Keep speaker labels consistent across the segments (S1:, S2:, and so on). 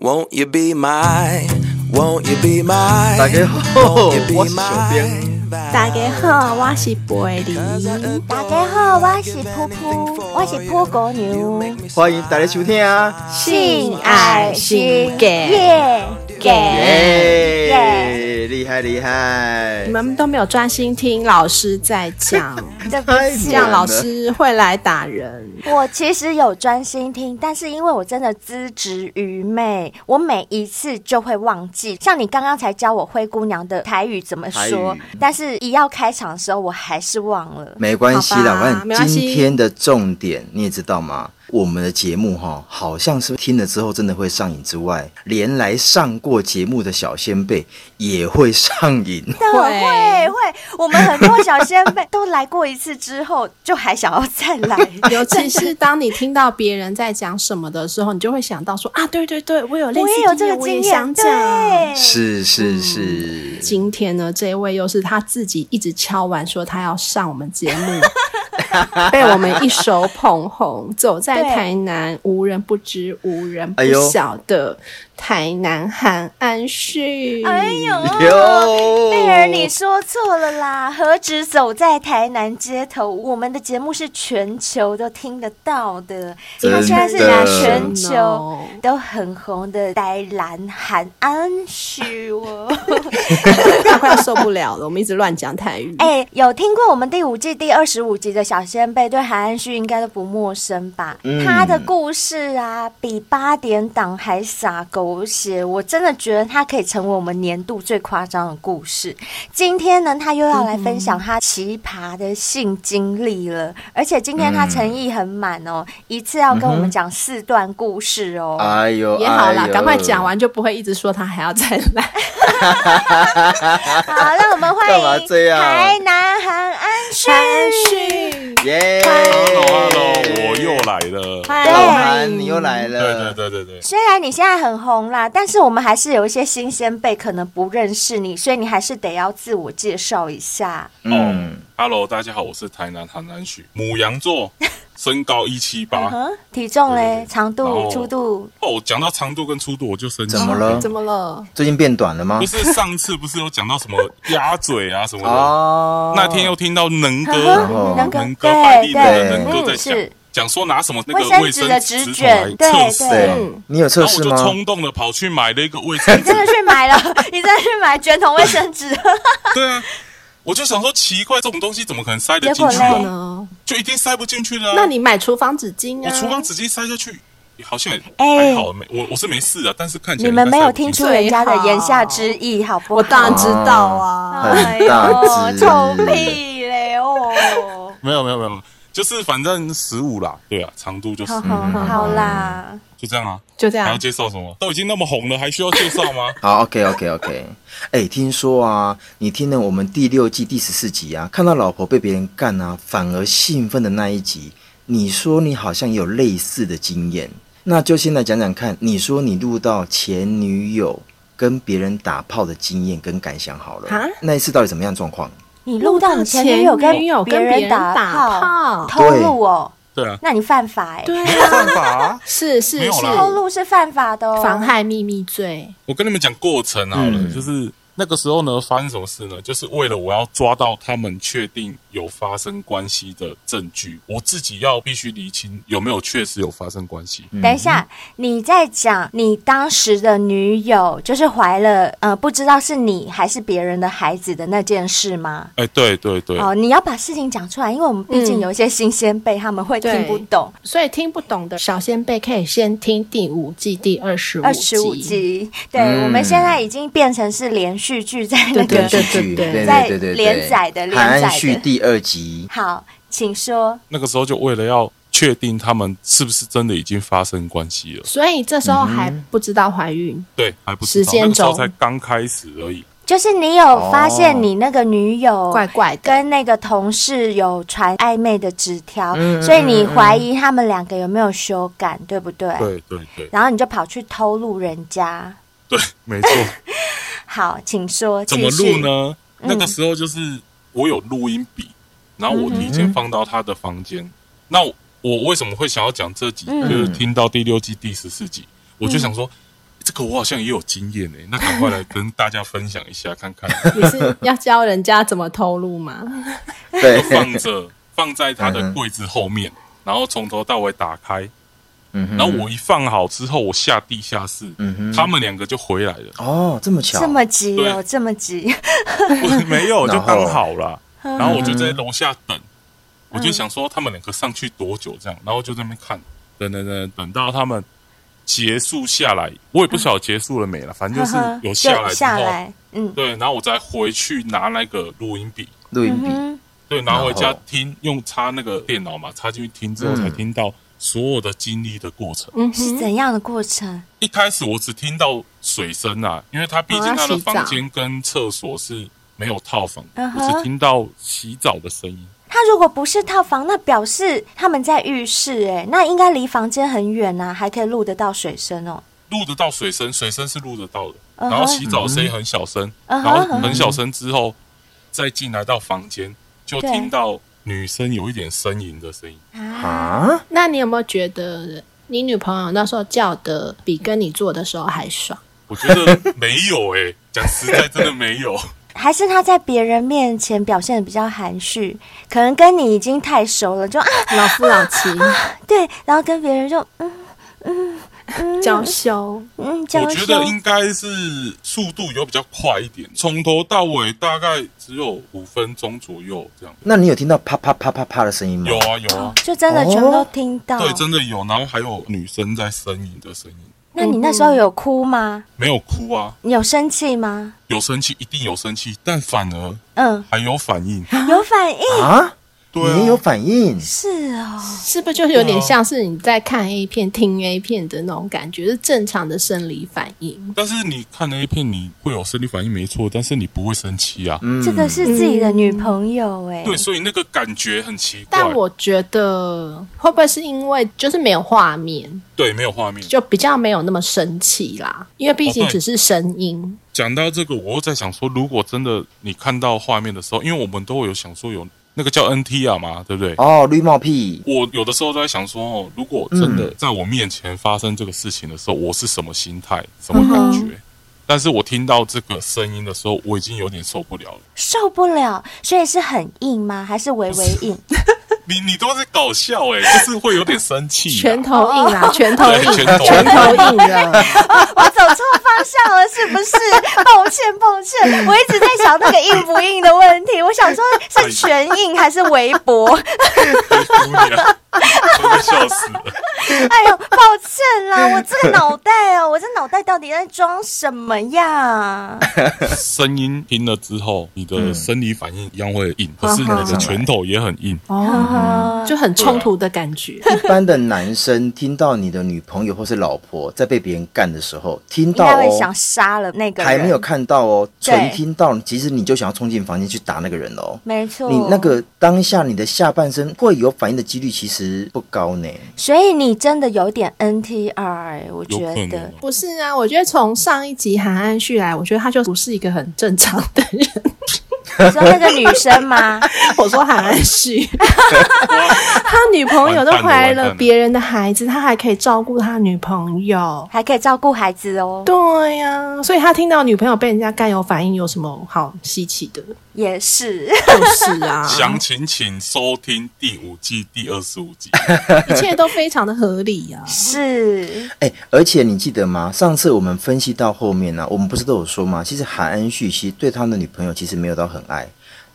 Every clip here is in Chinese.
S1: Won't you be my? Won't you be my?
S2: 大家好
S1: Won't you be
S2: 我是小
S1: my
S2: 编
S1: vibe?
S3: 大家好，我是贝利。
S4: 大家好，我是噗噗，我是噗狗牛，
S2: 欢迎大家收听啊！
S4: 性爱心
S3: 给
S4: 耶
S3: 给，
S2: 耶，厉害厉害！
S3: 你们都没有专心听老师在讲，
S4: 对不
S2: 太
S3: 这
S4: 起，
S3: 样老师会来打人。
S4: 我其实有专心听，但是因为我真的资质愚昧，我每一次就会忘记。像你刚刚才教我灰姑娘的台语怎么说
S2: 台语，
S4: 但是一要开场的时候，我还是忘了。
S2: 没关系啦，
S3: 好吧
S2: 反
S3: 没
S2: 正
S3: 关系
S2: 今天的重点你也知道吗？我们的节目哈，好像是听了之后真的会上瘾之外，连来上过节目的小先辈也会上瘾。
S3: 嗯
S4: 但我
S3: 会
S4: 会会，我们很多小先辈都来过一次之后，就还想要再来。
S3: 尤其是当你听到别人在讲什么的时候，你就会想到说啊，对对对，我有类
S4: 我
S3: 似
S4: 也有这个
S3: 我也
S4: 经验，
S3: 想讲。
S4: 对，
S2: 是是是，
S3: 今天呢，这一位又是他自己一直敲完说他要上我们节目，被我们一手捧红，走在
S4: 对
S3: 台南无人不知、无人不
S2: 哎呦
S3: 晓的台南韩安旭。
S4: 哎
S3: 嗯
S4: 呦。
S2: 哟，
S4: 贝儿，你说错了啦！何止走在台南街头，我们的节目是全球都听得到的。
S2: 真的
S4: 他现在是
S2: 真的
S4: 全球都很红的呆兰韩安旭哦。
S3: 他快要受不了了，我们一直乱讲台语。
S4: 哎、有听过我们第五季第二十五集的小先辈，对韩安旭应该都不陌生吧？
S2: 嗯
S4: 他的故事啊，比八点档还洒狗血，我真的觉得他可以成为我们年度最夸张的故事。今天呢，他又要来分享他奇葩的性经历了，而且今天他诚意很满哦，一次要跟我们讲四段故事哦。
S2: 哎呦，
S3: 也好啦
S2: 哎，呦
S3: 赶快讲。完就不会一直说他还要再来。
S4: 好，让我们欢
S2: 干嘛这
S4: 迎
S2: 样
S4: 台南韩安旭。
S3: 旭，
S2: 耶
S5: Hello，Hello，我又来了。
S4: 对
S2: 老韩，你又来
S5: 对
S2: 了
S5: 对。对对对，
S4: 虽然你现在很红啦，但是我们还是有一些新先辈可能不认识你，所以你还是得要自我介绍一下。
S5: 哦
S2: 嗯，
S5: ，Hello，大家好，我是台南韩南许， 母羊座，身高一七八。
S4: 嗯，体重嘞
S5: 对，
S4: 长
S5: 然
S4: 度、
S5: 后
S4: 粗度，
S5: 哦，我讲到长度跟粗度我就生气
S2: 怎么
S5: 了。
S2: 了
S3: 怎？么了？
S2: 最近变短了吗
S5: 不？是上次不是有讲到什么鸭嘴啊什么的？
S2: 哦，
S5: 那天又听到能
S4: 呵
S5: 哥，
S2: 后
S4: 呵，嗯能够
S5: 能哥百
S4: 对
S5: 丽的
S4: 对，
S5: 能哥在
S4: 嗯
S5: 讲
S4: 是，
S5: 讲说拿什么那
S4: 卫
S5: 个
S4: 生
S5: 卫
S4: 纸
S5: 生
S4: 的
S5: 纸
S4: 纸
S5: 筒来
S4: 卷对
S5: 测试啊。
S2: 对，
S4: 嗯
S2: 你有测
S5: 然后我
S2: 试
S5: 就
S2: 吗？
S5: 冲动的跑去买了一个卫生
S4: 你
S5: 纸
S4: 真，的去买了， 你真的去买卷筒卫生 纸，
S5: 对啊，我就想说奇怪，这种东西怎么可能塞得
S4: 结
S5: 进
S4: 果
S5: 去
S4: 嘞
S3: 然后
S5: 啊？
S3: 呢？
S5: 就一定塞不进去的啊。
S3: 那你买厨房纸巾
S5: 我
S3: 啊？
S5: 厨房纸巾塞下去，好像也
S4: 哎
S5: 还好，没我我是没事啊，但是看起来
S4: 你们
S5: 应
S4: 没
S5: 该塞
S4: 有
S5: 不进
S4: 听
S5: 去
S4: 出人家的言下之意，好不好？
S3: 我当然知道啊。
S4: 哎
S2: 很大
S4: 呦，
S2: 只？
S4: 臭屁嘞 哦！
S5: 没有没有没有，就是反正十五啦，对啊，长度就是
S4: 好好好啦，
S5: 就这样啊，
S3: 就这
S5: 还要
S3: 样。
S5: 介绍什么？都已经那么红了，还需要介绍吗
S2: 好，OK OK OK。哎、 听说啊，你听了我们第六季第十四集啊，看到老婆被别人干啊，反而兴奋的那一集，你说你好像也有类似的经验，那就先来讲讲看，你说你录到前女友跟别人打炮的经验跟感想好了
S3: 啊，
S2: 那一次到底怎么样状况？
S4: 你录到你前女友跟
S3: 前女友跟
S4: 别
S3: 别人
S4: 人打
S3: 打炮
S4: 偷录哦，
S5: 对啊，
S4: 那你犯法哎、
S3: 对
S5: 没有
S3: 啊，
S5: 办法啊！
S3: 是是
S5: 没有
S3: 是，
S5: 啦
S4: 偷录是犯法的哦。
S3: 妨害秘密罪。
S5: 我跟你们讲过程啊好了，
S2: 嗯
S5: 就是那个时候呢，发生什么事呢？就是为了我要抓到他们确定有发生关系的证据，我自己要必须厘清有没有确实有发生关系。
S4: 等一下，你在讲你当时的女友就是怀了呃，不知道是你还是别人的孩子的那件事吗？
S5: 哎，对对对，
S4: 哦，你要把事情讲出来，因为我们毕竟
S3: 嗯
S4: 有一些新鲜辈，他们会听不懂。
S3: 所以听不懂的小先辈可以先听第五季第二十
S4: 二十五
S3: 集。
S4: 集，对、
S2: 嗯
S4: 我们现在已经变成是连续剧在那
S3: 对
S4: 个
S2: 连
S3: 对
S2: 续剧，
S3: 对
S2: 对对
S4: 在
S2: 对对对，
S4: 连载的连载的
S2: 海岸续第二集，
S4: 好，请说。
S5: 那个时候就为了要确定他们是不是真的已经发生关系了，
S3: 所以这时候还不知道怀孕，
S5: 对，还不知
S3: 时
S5: 道，
S3: 间
S5: 那个时候
S3: 轴
S5: 才刚开始而已。
S4: 就是你有发现你那个女友
S3: 怪怪 的。
S4: 跟那个同事有传暧昧的纸条，
S5: 嗯
S4: 所以你怀疑他们两个有没有修改，对不对？
S5: 对对对
S4: 然后你就跑去偷录人家。
S5: 对，没错。
S4: 好，请说。
S5: 怎么
S4: 继续
S5: 录？呢？那个时候就是我有录音笔，然后我提前放到他的房间。那我为什么会想要讲这集？就是听到第六季第十四集，我就想说。这个我好像也有经验诶、那赶快来跟大家分享一下看看。
S3: 你是要教人家怎么偷录吗？
S5: 就
S2: 对，
S5: 放着放在他
S2: 嗯
S5: 的
S2: 哼
S5: 柜子后面，然后从头到尾打开，
S2: 嗯哼
S5: 然后我一放好之后，我下地下室，
S2: 嗯哼，
S5: 他们两个就回来了
S2: 哦，这么巧，
S4: 这么急哦，
S5: 对
S4: 这么急，
S5: 我没有就
S2: 然后
S5: 刚好啦，
S2: 嗯
S5: 然后我就在楼下等，我就想说他们两个上去多久这样，然后就在那边看，等等等，等到他们结束下来，我也不晓得结束了没
S2: 嗯
S5: 了，反正就是有下来
S4: 就
S5: 之
S4: 下
S5: 后，
S4: 来，嗯
S5: 对，然后我再回去拿那个录音笔，
S2: 录音
S4: 嗯
S2: 笔，
S4: 哼，
S5: 对，拿回家
S2: 然后
S5: 听，用插那个电脑嘛，插进去听之后才
S2: 嗯
S5: 听到所有的经历的过程。
S3: 嗯
S4: 是
S3: 哼，
S4: 怎样的过程？
S5: 一开始我只听到水声啊，因为他毕竟
S3: 哦要
S5: 他的
S3: 洗澡
S5: 房间跟厕所是没有套房的，
S4: 嗯哼
S5: 我只听到洗澡的声音。
S4: 他如果不是套房，那表示他们在浴室、哎，那应该离房间很远呐、还可以录得到水声哦。
S5: 录得到水声，水声是录得到的。
S4: 嗯哼
S5: 然后洗澡的声音很小声，
S4: 嗯哼
S5: 然后很小声之后，再进来到房间，就
S4: 对
S5: 听到女生有一点呻吟的声音。
S4: 啊，
S2: 啊，
S3: 那你有没有觉得你女朋友那时候叫的比跟你做的时候还爽？
S5: 我觉得没有 诶、讲实在真的没有。
S4: 还是他在别人面前表现的比较含蓄，可能跟你已经太熟了，就啊
S3: 老夫老妻，
S4: 对，然后跟别人就嗯
S3: 娇羞。
S4: 嗯娇
S5: 我觉
S4: 羞
S5: 得，应该是速度有比较快一点，从头到尾大概只有五分钟左右这样。
S2: 那你有听到啪啪啪啪啪的声音吗？
S5: 有啊有啊，
S4: 就真的
S2: 哦
S4: 全部都听到。
S5: 对，真的有。然后还有女生在呻吟的声音，
S4: 那你那时候有哭吗？
S5: 没有哭啊，
S4: 你有生气吗？
S5: 有生气一定有生气，但反而
S4: 嗯，
S5: 还有反应。
S4: 有反应，
S2: 啊，
S5: 对
S2: 你也
S5: 啊
S2: 有反应，
S4: 是哦，
S3: 是不是就有点像是你在看 A 片、听 A 片的那种感觉，是正常的生理反应？
S5: 但是你看 A 片，你会有生理反应没错，但是你不会生气啊。
S2: 嗯，
S4: 这个是自己的女朋友哎、
S5: 嗯对，所以那个感觉很奇怪。
S3: 但我觉得会不会是因为就是没有画面，
S5: 对没有画面。
S3: 就比较没有那么生气啦？因为毕竟
S5: 哦对
S3: 只是声音，
S5: 讲到这个，我又在想说，如果真的你看到画面的时候，因为我们都会有想说有那个叫 NTR 嘛，对不对？
S2: 哦，绿帽 屁，
S5: 我有的时候都在想说，哦，如果真
S3: 嗯
S5: 的在我面前发生这个事情的时候，我是什么心态，什么感
S3: 嗯
S5: 觉？但是我听到这个声音的时候，我已经有点受不了了。
S4: 受不了，所以是很硬吗？还是微微硬？
S5: 你你都在搞笑哎、就是会有点生气、啊，
S3: 拳头硬啦，拳头
S5: 对
S3: 硬，
S5: 拳 头
S3: 拳头硬啊 了。
S4: 我走错方向了，是不是？抱歉，抱歉，我一直在想那个硬不硬的问题。我想说，是全硬还是微薄？
S5: 姑 娘，我都笑死了。
S4: 哎呦，抱歉啦，我这个脑袋哦，我这脑袋到底在装什么呀？
S5: 声音听了之后，你的生理反应一样会硬，可是你
S3: 嗯
S5: 的拳头也很硬。
S3: 哦，就很冲突的感觉。
S2: 一般的男生听到你的女朋友或是老婆在被别人干的时候，听
S4: 应
S2: 到
S4: 该会想
S2: 哦，
S4: 杀了那个人。
S2: 还没有，看到哦，
S4: 对
S2: 纯听到，其实你就想要冲进房间去打那个人哦。
S4: 没错。
S2: 你那，个当下你的下半身会有反应的几率其实不高呢。
S4: 所以你真的有点 NTR，、哎，我觉
S5: 有可能
S4: 得
S5: 哦。
S3: 不是啊，我觉得从上一集韩安旭来，我觉得他就不是一个很正常的 人。
S4: 你说那个女生 吗？
S3: 我说韩安旭，他女朋友都怀了别人的孩子，他还可以照顾他女朋友。
S4: 还可以照顾孩子哦，
S3: 对呀、所以他听到女朋友被人家干有反应，有什么好稀奇的？
S4: 也是。
S3: 就是啊，
S5: 详情请收听第五季第二十五集。
S3: 一切都非常的合理啊呀、
S4: 是，
S2: 哎，而且你记得吗？上次我们分析到后面呢、我们不是都有说吗？其实韩恩旭其实对他的女朋友其实没有到很爱，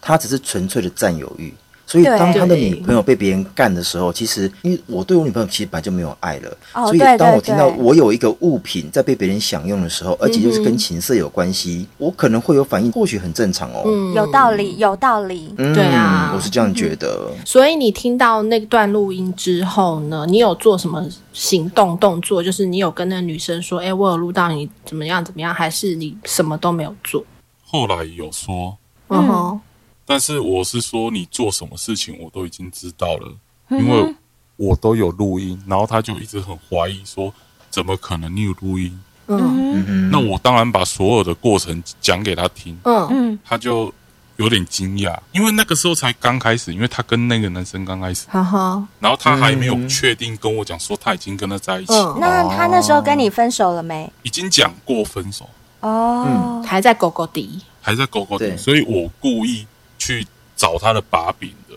S2: 他只是纯粹的占有欲。所以
S4: 对
S2: 当他的
S3: 对
S2: 女朋友被别人干的时候，其实因为我对我女朋友其实本来就没有爱了，
S4: 哦
S2: 所以
S4: 对
S2: 当
S4: 对
S2: 我听到
S4: 对
S2: 我有一个物品在被别人享用的时候，而且就是
S3: 嗯
S2: 跟情色有关系，我可能会有反应，或许很正常哦。嗯，
S4: 有道理，有道理。
S3: 对啊
S2: 我是这样觉得。
S5: 嗯
S3: 所以你听到那段录音之后呢，你有做什么行动动作？就是你有跟那个女生说：“哎、我有录到你怎么样怎么样？”还是你什么都没有做？
S5: 后来有说，
S3: 嗯哼，
S5: 但是我是说你做什么事情我都已经知道了，
S4: 嗯
S5: 因为我都有录音。然后他就一直很怀疑说，怎么可能你有录音？
S3: 嗯
S2: 嗯哼，
S5: 那我当然把所有的过程讲给他听，
S3: 嗯
S4: 嗯，
S5: 他就有点惊讶，因为那个时候才刚开始，因为他跟那个男生刚开始，
S3: 哈哈，
S5: 然后他还没有确定跟我讲说他已经跟他在一起，
S3: 嗯
S4: 那他那时候跟你分手了没？
S5: 已经讲过分手，
S4: 哦，
S3: 嗯还在狗狗底，
S5: 还在狗狗
S2: 对
S5: 底，所以我故意去找他的把柄的。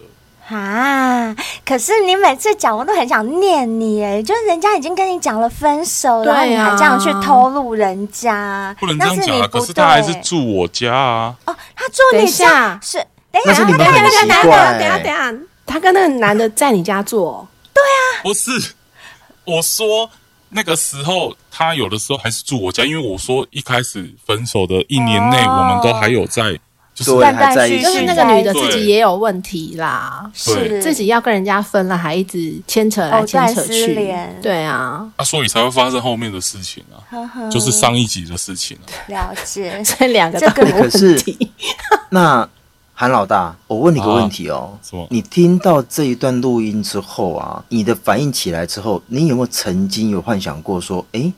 S4: 啊！可是你每次讲，我都很想念你哎，就是人家已经跟你讲了分手，
S3: 对啊
S4: 然后你还这样去偷录人家，
S5: 不能这
S4: 那
S5: 样
S4: 是
S5: 讲
S4: 你
S5: 啊！
S4: 不
S5: 可
S4: 对。
S5: 是他还是住我家啊，
S4: 哦，他住
S3: 等
S4: 你
S3: 一
S4: 家
S3: 下
S4: 是。等一
S2: 那是
S4: 下，
S2: 你们
S4: 他
S2: 很
S4: 跟
S2: 奇
S4: 那个男的，
S2: 怪、
S3: 等一下等一下，他跟那个男的在你家做，
S5: 不是？我说那个时候他有的时候还是住我家，因为我说一开始分手的一年内，
S4: 哦
S5: 我们都还有在，就是
S2: 对，
S4: 断
S2: 还在一
S4: 断续续
S2: 起
S3: 就是那。个女的
S5: 对
S3: 自己也有问题啦，
S4: 是
S5: 对
S3: 自己要跟人家分了，还一直牵扯来
S4: 藕
S3: 牵
S4: 断
S3: 扯
S4: 丝
S3: 去
S4: 连，
S3: 对啊，
S5: 啊，所以才会发生后面的事情啊，
S4: 呵呵
S5: 就是上一集的事情 啊。
S4: 了 解
S3: 所以两个都
S4: 这 个
S3: 有问题。
S2: 那韩老大，我问你个问题哦
S5: 啊什么，
S2: 你听到这一段录音之后啊，你的反应起来之后，你有没有曾经有幻想过说，诶，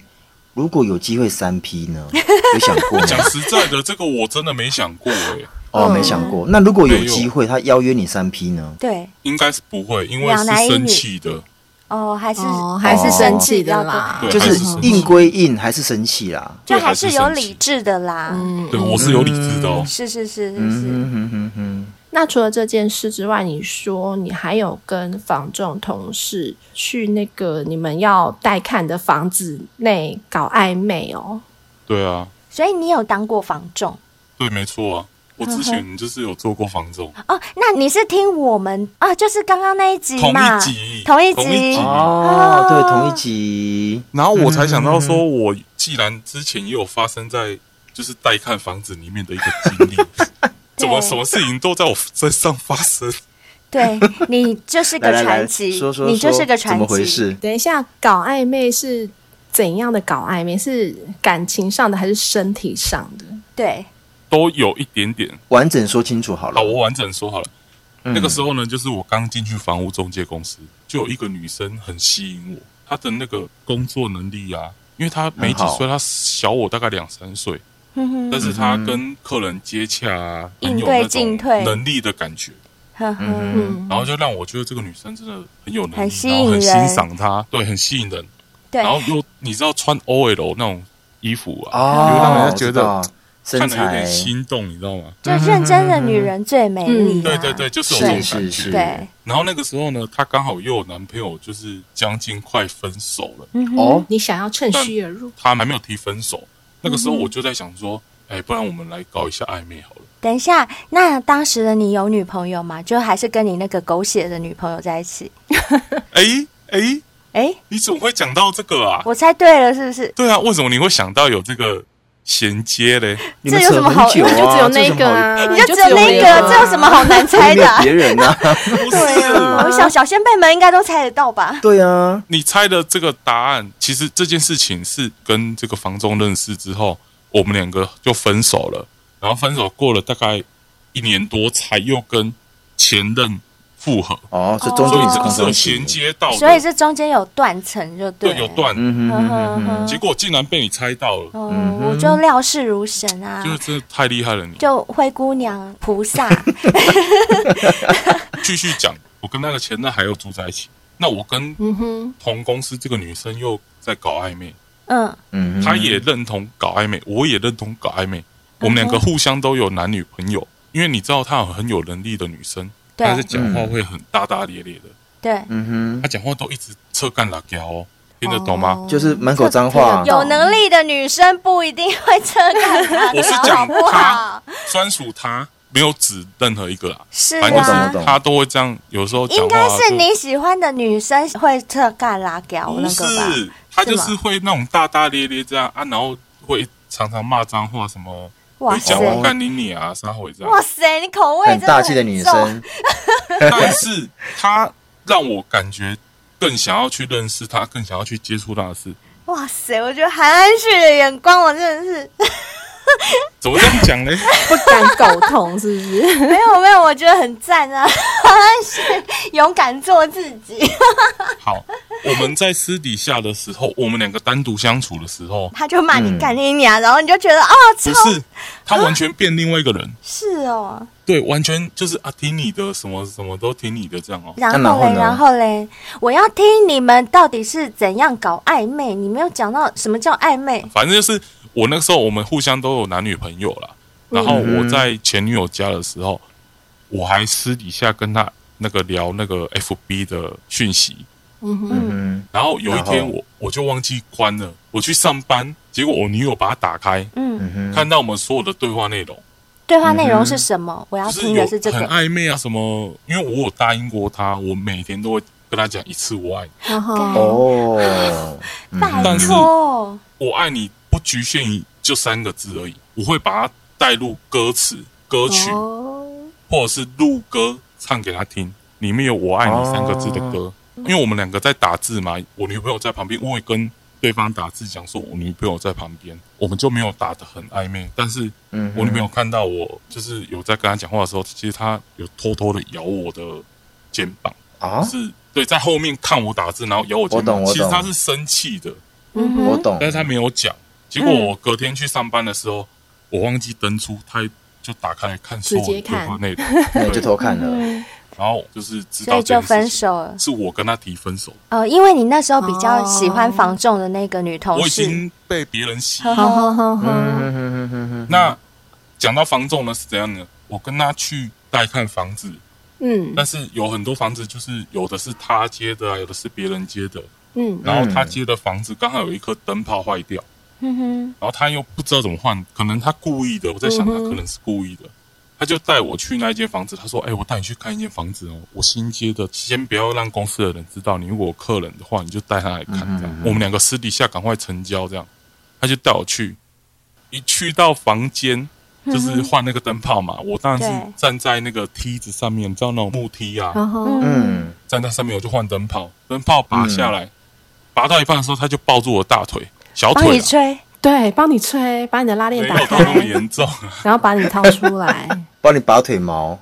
S2: 如果有机会三 P 呢？有想过
S5: 讲
S2: 吗？
S5: 实在的，这个我真的没想过欸诶、
S2: 哦，没想过。那如果有
S5: 没有
S2: 机会，他邀约你三 P 呢？
S4: 对
S5: 应该是不会，因为
S4: 两
S5: 是
S4: 男一
S5: 生
S4: 女
S5: 气的，
S4: 哦，还是
S3: 哦，还是生气的啦，
S5: 对
S2: 就
S5: 还
S2: 是
S5: 是生气
S2: 硬归硬，还是生气啦。
S4: 就
S5: 对
S4: 还是
S5: 还是
S4: 有
S5: 生气
S4: 理智的啦。
S3: 嗯，
S5: 对我是有理智的哦。
S4: 是是是是
S2: 嗯
S4: 是，
S2: 哼哼哼哼，
S3: 那除了这件事之外，你说你还有跟房仲同事去那个你们要带看的房子内搞暧昧哦？
S5: 对啊，
S4: 所以你有当过房仲
S5: 对，没错啊。我之前就是有做过房仲，
S4: 哦？那你是听我们啊？就是刚刚那一集
S5: 同
S4: 嘛，
S5: 一集，
S4: 同一集
S2: 哦，对，同一集。
S5: 然后我才想到说，我既然之前也有发生在就是带看房子里面的一个经历， 怎么什么事情都在我身上发生？
S4: 对你就是
S2: 来
S4: 个
S2: 来来，
S4: 传奇，
S2: 说说
S4: 你就
S2: 说
S4: 是个
S2: 怎
S4: 传
S2: 么回
S4: 奇。
S2: 事？
S3: 等一下，搞暧昧是怎样的搞暧昧？是感情上的还是身体上的？
S4: 对，
S5: 都有一点点。
S2: 完整说清楚好了
S5: 好，。啊我完整说好了。
S2: 嗯
S5: 那个时候呢，就是我刚进去房屋中介公司，就有一个女生很吸引我，她的那个工作能力啊，因为她没几
S2: 很好
S5: 岁，她小我大概两三岁，
S4: 哼嗯哼
S5: 但是她跟客人接洽啊，很
S4: 应
S5: 有
S4: 对
S5: 那种
S4: 进退
S5: 能力的感觉，
S4: 呵呵，
S3: 嗯，
S5: 然后就让我觉得这个女生真的很有能力，
S4: 很吸
S5: 然后很
S4: 引人
S5: 欣赏她，对，很吸引人。
S4: 对
S5: 然，后又你知道穿 OL 那种衣服啊，
S2: 哦，
S5: 有让人家
S2: 我
S5: 觉
S2: 知
S5: 得
S2: 道身
S5: 看着有
S2: 材
S5: 点心动，你知道吗？
S4: 就认真的女人最美
S3: 嗯
S4: 丽、啊
S5: 对对对，就是有这种
S2: 是
S5: 感觉。
S2: 是是，
S4: 对，
S5: 然后那个时候呢，她刚好又有男朋友，就是将近快分手了，
S4: 嗯哼，
S2: 哦，
S3: 你想要趁虚而
S2: 嗯
S3: 入，
S5: 她还没有提分手。那个时候
S4: 嗯
S5: 我就在想说，哎，不然我们来搞一下暧昧好了。
S4: 等一下，那当时的你有女朋友吗？就还是跟你那个狗血的女朋友在一起？
S5: 哎哎，
S4: 哎，
S5: 你怎么会讲到这个啊？
S4: 我猜对了，是不是？
S5: 对啊，为什么你会想到有这个衔接 嘞？
S2: 你们
S4: 这有
S2: 扯
S4: 什么好
S2: 很久
S4: 就
S2: 啊，
S3: 就只有
S2: 这
S3: 那
S2: 有什
S3: 个
S2: 么
S3: 啊，
S4: 你就只有那个，这有什么好难
S2: 好
S4: 猜
S2: 没
S4: 的
S2: 有
S4: 啊、
S2: 别人啊，
S5: 不
S4: 对
S5: 是，
S4: 啊，我想小先辈们应该都猜得到吧？
S2: 对啊，
S5: 你猜的这个答案，其实这件事情是跟这个房东认识之后，我们两个就分手了。然后分手过了大概一年多，才又跟前任复合，
S2: 哦，这中
S5: 所
S2: 间
S5: 以
S2: 也是
S5: 这个
S2: 空
S5: 是有
S2: 窗期
S5: 衔，接到的，
S4: 所以这中间有断层，就
S5: 哦对
S4: 了
S5: 有断，
S2: 嗯哼哼哼
S5: 结果竟然被你猜到了，
S4: 哦，
S2: 嗯
S4: 我就料事如神啊
S5: 就，是真的太厉害了你。
S4: 就灰姑娘 菩萨，
S5: 继续讲，我跟那个前任还有住在一起，那我跟
S3: 嗯哼，
S5: 同公司这个女生又在搞暧昧，
S4: 嗯，
S2: 嗯哼，
S5: 他也认同搞暧昧，我也认同搞暧
S4: 嗯
S5: 昧，我们两个互相都有男女朋友。因为你知道她有很有能力的女生，
S4: 对
S5: 但是讲话会很大大咧咧的，
S4: 对，
S2: 嗯
S5: 她讲话都一直侧干拉胶哦，听得懂吗？
S2: 哼，就是满口脏话
S3: 这，
S4: 有能力的女生不一定会这样，
S5: 我 是
S4: 好
S5: 讲
S4: 不好
S5: 她？专属她，没有指任何一个啦，
S4: 是
S5: 反正
S2: 我懂我
S4: 啊
S2: 懂，
S5: 她都会这样，有时候讲话
S4: 应该是
S5: 就
S4: 你喜欢的女生会特干拉屌
S5: 不
S4: 那个吧？
S5: 是，她就是是会那种大大咧咧这样啊，然后会常常骂脏话什么，
S4: 哇
S5: 会
S4: 塞
S5: 讲，我干你你啊，啥会这样
S4: 哇，塞，你口味
S2: 很
S4: 真
S2: 大气的
S4: 很
S2: 女
S4: 重，
S2: 生，
S5: 但是他让我感觉更想要去认识他，更想要去接触他的事。
S4: 哇塞，我觉得韩安旭的眼光，我真的是。
S5: 怎么这样 讲呢？
S3: 不敢苟同，是不是？
S4: 没有没有，我觉得很赞啊！ 是勇敢做自己，
S5: 好，我们在私底下的时候，我们两个单独相处的时候，
S4: 他就骂你
S2: 嗯
S4: 干你娘，然后你就觉得哦，
S5: 不
S4: 超
S5: 是他完全变另外一个人。
S4: 是哦，
S5: 对，完全就是啊，听你的，什么什么都听你的这样哦。
S4: 然
S2: 然
S4: 后
S2: 后
S4: 嘞，
S2: 呢
S4: 然后嘞，我要听你们到底是怎样搞暧昧？你没有讲到什么叫暧昧，
S5: 反正就是我那个时候我们互相都有男女朋友啦，
S4: 嗯
S5: 然后我在前女友家的时候，我还私底下跟她那个聊那个 FB 的讯息，
S3: 嗯哼，
S2: 嗯，
S5: 然后有一
S2: 然
S5: 天
S2: 后
S5: 我我就忘记关了，我去上班，结果我女友把它打开，
S4: 嗯，
S5: 看到我们所有的对话内容，
S4: 对话内容是什么？我要
S5: 嗯就是
S4: 哦听的是这
S5: 有很
S4: 个。
S5: 暧昧啊什么，因为我有答应过她，我每天都会跟她讲一次我爱你，
S3: 然后
S2: 哦，
S4: 嗯 拜
S5: 但是
S4: 托，
S5: 我爱你不局限于就三个字而已，我会把它带入歌词歌曲。
S3: 哦，
S5: 或者是录歌唱给他听，里面有“我爱你”三个字的
S2: 哦
S5: 歌。因为我们两个在打字嘛，我女朋友在旁边，我也跟对方打字讲说，我女朋友在旁边，我们就没有打得很暧昧。但是
S2: 嗯哼
S5: 我女朋友看到我就是有在跟她讲话的时候，其实她有偷偷的咬我的肩膀，
S2: 啊，
S5: 是对，在后面看我打字，然后咬我肩膀。
S2: 我懂我
S5: 其实她
S2: 懂
S5: 是生气的，
S3: 嗯
S2: 我
S3: 哼，
S2: 懂
S5: 但，是她没有讲。结果我隔天去上班的时候，我忘记登出，她就打开来看所有
S3: 直接
S5: 的对话
S3: 看
S5: 内容。
S2: 那你就偷看了，
S4: 嗯，
S5: 然后就是知道
S4: 所以就
S5: 这件事情
S4: 分手了。
S5: 是我跟他提分手，
S4: 呃，因为你那时候比较喜欢
S3: 哦
S4: 防重的那个女同
S5: 我已
S4: 事，
S5: 经被别人洗。
S4: 呵
S3: 好
S4: 呵
S3: 好好
S2: 嗯
S3: 好，
S2: 哼哼哼哼，
S5: 那讲到房仲呢是怎样呢？我跟他去带看房子，
S3: 嗯
S5: 但是有很多房子就是有的是他接的、啊，有的是别人接的。
S3: 嗯
S5: 然后他接的房子刚好有一颗灯泡坏掉，
S4: 哼哼，
S5: 然后他又不知道怎么换，可能他故意的。我在想他
S3: 嗯哼
S5: 可能是故意的，他就带我去那一间房子。他说：“哎，我带你去看一间房子哦，我新接的，先不要让公司的人知道。你如果有客人的话，你就带他来看。这样，我们两个私底下赶快成交。这样，他就带我去。一去到房间，就是换那个灯泡嘛。我当然
S4: 对
S5: 是站在那个梯子上面，你知道那种木梯啊，
S3: 然后
S2: 嗯，
S5: 站在上面我就换灯泡，灯泡拔下来，拔到一半的时候，他就抱住我大腿、小
S4: 帮
S5: 腿
S4: 你
S5: 啦。
S4: 吹，
S3: 对，帮你吹，把你的拉链
S2: 哎
S5: 没有
S3: 打
S5: 到那么
S3: 开，
S5: 严重啊，
S3: 然后把你掏出来，
S2: 帮你拔腿 毛，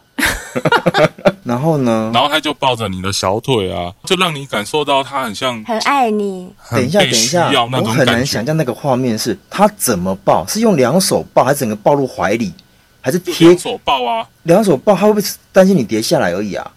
S2: 然后呢？
S5: 然后他就抱着你的小腿啊，就让你感受到他很像
S4: 很爱你，
S5: 很
S2: 等一下，
S5: 被
S2: 等一下
S5: 需要，那
S2: 我
S5: 种
S2: 很
S5: 感
S2: 难
S5: 觉
S2: 想。象那个画面是他怎么抱，是用两手抱，还是整个抱入怀里，还是
S5: 就
S2: 贴
S5: 两手抱啊，
S2: 两手抱？他会不会担心你跌下来而已啊？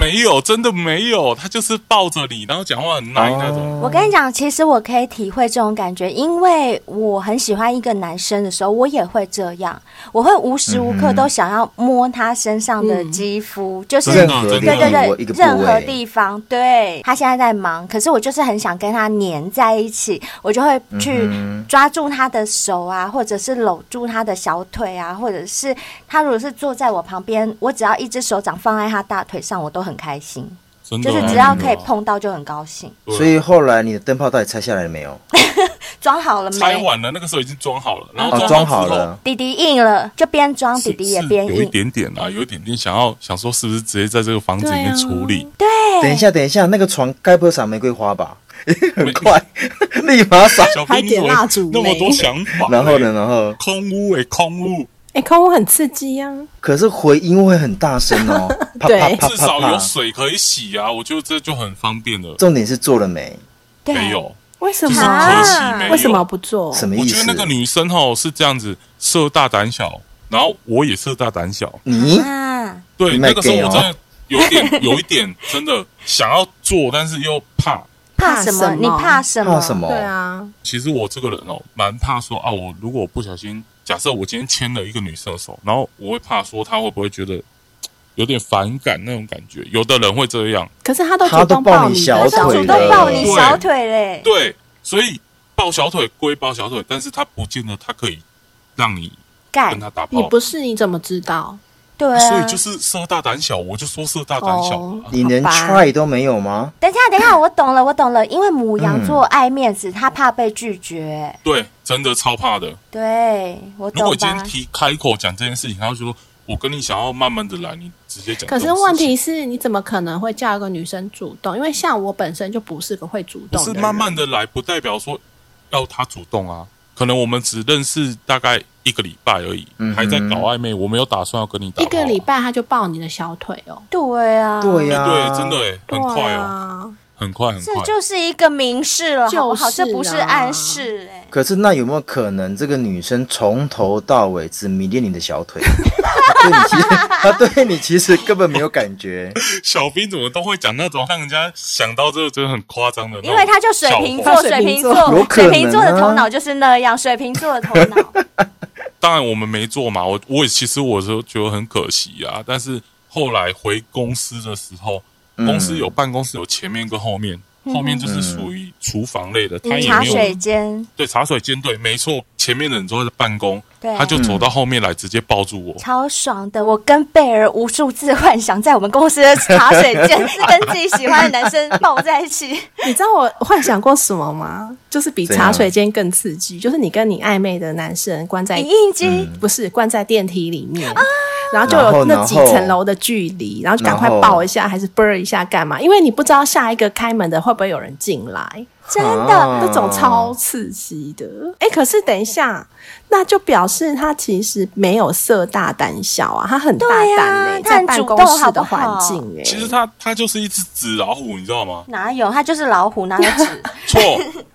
S5: 没有，真的没有，他就是抱着你，然后讲话很 nice 那
S2: 哦
S5: 种。
S4: 我跟你讲，其实我可以体会这种感觉，因为我很喜欢一个男生的时候，我也会这样，我会无时无刻都想要摸他身上的肌肤，就是
S5: 真
S2: 任
S5: 的
S2: 何
S5: 真
S2: 地
S5: 的
S4: 对对
S2: 方我一
S4: 嗯对
S2: 个，部
S4: 任何
S2: 位，
S4: 地方，对他现在在忙，可是我就是很想跟他黏在一起，我就会去
S2: 嗯
S4: 抓住他的手啊，或者是搂住他的小腿啊，或者是他如果是坐在我旁边，我只要一只手掌放在他大腿上，我都很开心，
S5: 真的
S4: 就
S5: 啊，
S4: 是只要可以
S5: 真的啊，
S4: 碰到就很高兴。
S5: 对啊
S2: 所以后来你的灯泡到底拆下来了没有？
S4: 装好了
S5: 拆
S4: 没？
S5: 完了，那个时候已经装好了，然
S2: 嗯哦，
S5: 后
S2: 装
S5: 装
S2: 好
S5: 之后
S2: 了，
S4: 弟弟硬了，就边装，
S5: 是
S4: 弟弟也
S5: 是
S4: 边
S5: 有一
S4: 硬。
S5: 点点啊，有一点点想要想说，是不是直接在这个房子里面
S4: 啊
S5: 处理？
S2: 等一下，等一下，那个床该不会撒玫瑰花 吧？很快， 立马
S4: 啊
S2: 撒。
S5: 小
S3: 还
S5: 兵
S3: 点
S5: 怎么
S3: 蜡烛
S5: 那么
S3: 嘞
S5: 多想法，
S2: 然后呢，？然后，
S5: 空屋哎，空屋，
S3: 哎，空屋很刺激啊呀，
S2: 可是回音会很大声 哦，啪
S3: 对
S2: 啪啪
S5: 至
S2: 啪
S5: 少有
S2: 啪。
S5: 水可以洗啊，我觉得这就很方便了。
S2: 重点是做了没？
S4: 对，
S5: 没有，
S3: 为什
S5: 就是
S3: 么
S5: 可？惜没
S3: 啊
S5: 有。
S3: 为什么不做？
S2: 什么
S5: 哦我
S2: 意
S5: 觉
S2: 思
S5: 得那？个女生吼是这样子，色大胆小，然后我也色大胆小。
S2: 你
S4: 啊，
S5: 对，
S2: 你卖
S5: 那个时候
S2: gay 哦
S5: 我真的有点 有一点真的想要做，但是又怕。
S4: 怕
S3: 怕
S4: 什么？
S3: 什么
S4: 你怕什么？
S2: 怕什么？
S3: 对啊，
S5: 其实我这个人哦，蛮怕说啊，我如果不小心，假设我今天牵了一个女生的手，然后我会怕说她会不会觉得嘖有点反感那种感觉。有的人会这样，
S3: 可是他都
S2: 他
S3: 主
S2: 都
S3: 动
S2: 抱
S3: 抱
S2: 你
S3: 你
S2: 小
S3: 的，
S4: 我都
S2: 腿
S4: 主
S2: 了
S4: 动抱你
S5: 对
S4: 小腿嘞。
S5: 对，所以抱小腿归抱小腿，但是她不见得她可以让你
S4: 干
S5: 跟她打
S3: 啊你
S5: 炮。
S3: 不是你怎么知
S2: 哦
S3: 道？
S4: 对
S5: 啊所
S4: 啊
S5: 以就！是色大胆小，我就说色大胆小啊嘛。
S3: 哦
S2: 你连
S3: 好吧
S2: try 都没有吗？
S4: 等一下，等一下，我懂了，我懂了，因为母羊座爱面子，他怕被拒绝。
S5: 对，真的超怕的。
S4: 对，我
S5: 如果
S4: 懂
S5: 今
S4: 吧
S5: 天？提开口讲这件事情，他就说我跟你想要慢慢的来，你直接讲这种
S3: 可
S5: 事
S3: 是
S5: 情。
S3: 问题是，你怎么可能会叫一个女生主动？因为像我本身就不是个会主
S5: 不
S3: 动
S5: 是
S3: 的人。
S5: 慢慢的来，不代表说要他主动啊。可能我们只认识大概一个礼拜而已，
S2: 嗯哼
S5: 还在搞暧昧，我没有打算要跟你打
S3: 一
S5: 炮啊。
S3: 个礼拜他就抱你的小腿哦，
S4: 对啊，
S2: 对
S5: 对
S2: 呀，
S5: 对，真的哎，
S3: 对
S5: 很快哦。
S3: 啊，
S5: 很快很
S4: 这
S5: 快。
S4: 就是一个明示了，好不好？
S3: 就是啊
S4: 这不是暗示哎、
S2: 可是那有没有可能，这个女生从头到尾只迷恋你的小腿？她对你其实，她对你其实根本没有感觉。
S5: 小兵怎么都会讲那种让人家想到这个真的很夸张的那种
S4: 因为他就水瓶
S5: 笑
S4: 座，
S5: 话
S3: 他水
S4: 瓶
S3: 瓶
S4: 座
S3: 座，
S2: 有可能啊
S4: 水瓶座的头脑就是那样，水瓶座的头 脑。
S5: 当然我们没做嘛，我我也其实我是觉得很可惜啊。但是后来回公司的时候，
S2: 嗯
S5: 公司有办公室有前面跟后面，后面就是属于厨房类的，他也
S4: 嗯茶
S5: 没有
S4: 水间
S5: 对茶水间对，没错，前面的人都在办公，
S4: 对啊嗯
S5: 他就走到后面来直接抱住我。
S4: 超爽的，我跟贝尔无数次幻想在我们公司的茶水间是跟自己喜欢的男生抱在一 起。
S3: 你知道我幻想过什么吗？就是比
S2: 怎样
S3: 茶水间更刺激，就是你跟你暧昧的男生关
S5: 哎
S3: 在
S4: 影印机，
S2: 嗯
S3: 不是关在电梯里面，然后就
S2: 然后
S3: 有那
S2: 然
S3: 几
S2: 后
S3: 层楼的距离，然后就赶快
S2: 然后
S3: 抱一下，还是啵儿一下干嘛？因为你不知道下一个开门的会不会有人进来，
S4: 真的
S2: 啊
S3: 那种超刺激的。哎、可是等一下，那就表示他其实没有色大胆小啊，他很大
S4: 对啊
S3: 胆嘞、
S4: 他
S3: 在
S4: 很
S3: 办
S4: 主
S3: 公
S4: 动好
S3: 室
S4: 不
S3: 的环
S4: 好
S3: 境哎、
S5: 其实他他就是一只纸老虎，你知道吗？
S4: 哪有？他就是老虎，哪有纸？
S5: 错，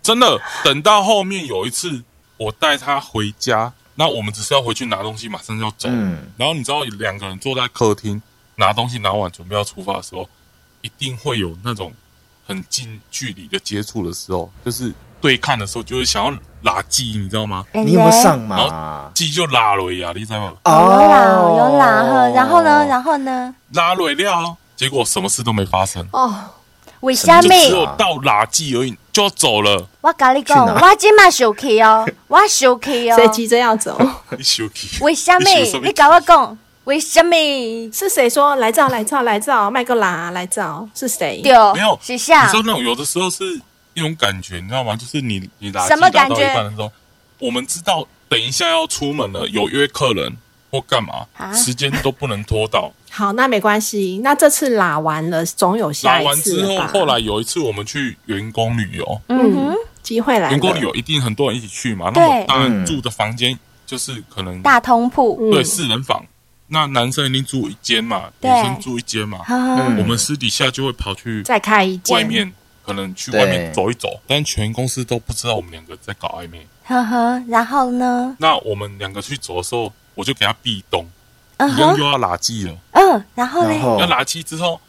S5: 真的。等到后面有一次，我带他回家，那我们只是要回去拿东西，马上就要走。
S2: 嗯
S5: 然后你知道，两个人坐在客厅拿东西拿完，准备要出发的时候，一定会有那种很近距离的接触的时候，就是对看的时候，就是想要拉鸡，你知道吗？
S4: 哎
S2: 你有没有上
S5: 好
S2: 马？
S5: 鸡就拉了呀，你知道吗？
S4: 哦有啦
S2: 哦
S4: 有啦呵，然后呢，然后呢？
S5: 拉了了，结果什么事都没发生，
S3: 哦，
S4: 为虾
S5: 就
S4: 米
S5: 只？有到拉鸡而已，就要走了。
S4: 我跟你讲，
S2: 去哪
S4: 我今嘛生气哦，我生气哦
S3: 谁。急着要走？
S5: 你休息。
S4: 为虾米
S5: 你生什？么
S4: 你跟我讲，为虾么？
S3: 是谁说来照来照来照麦克拉来照？是谁？
S5: 没有
S4: 对，是
S5: 你
S4: 下
S5: 知道那种有的时候是一种感觉，你知道吗？就是你你打
S4: 什么感
S5: 到
S4: 觉
S5: 一半的时候，我们知道等一下要出门了，有约客人或干嘛
S4: 啊，
S5: 时间都不能拖到。
S3: 好，那没关系，那这次拉完了，总有
S5: 拉
S3: 下一
S5: 完
S3: 次
S5: 之
S3: 了
S5: 后，
S3: 吧？
S5: 后来有一次我们去员工旅游，
S4: 嗯哼，
S3: 机会来了，
S5: 员工旅游一定很多人一起去嘛，
S4: 对
S5: 那我当
S2: 嗯
S5: 然住的房间就是可能
S4: 大通铺。
S3: 嗯
S5: 对四人房，那男生一定住一间嘛，女
S4: 对
S5: 生住一间嘛，
S2: 嗯
S4: 啊，
S5: 我们私底下就会跑去
S3: 再开一间，
S5: 外面，可能去外
S2: 对
S5: 面走一走，但全公司都不知道我们两个在搞暧昧。
S4: 呵呵，然后呢？
S5: 那我们两个去走的时候，我就给他壁咚，
S4: 嗯
S5: 一样
S4: 哼，
S5: 又要拉鸡了。
S4: 嗯，然后
S2: 然
S4: 嘞，
S2: 后
S5: 要拉鸡之后，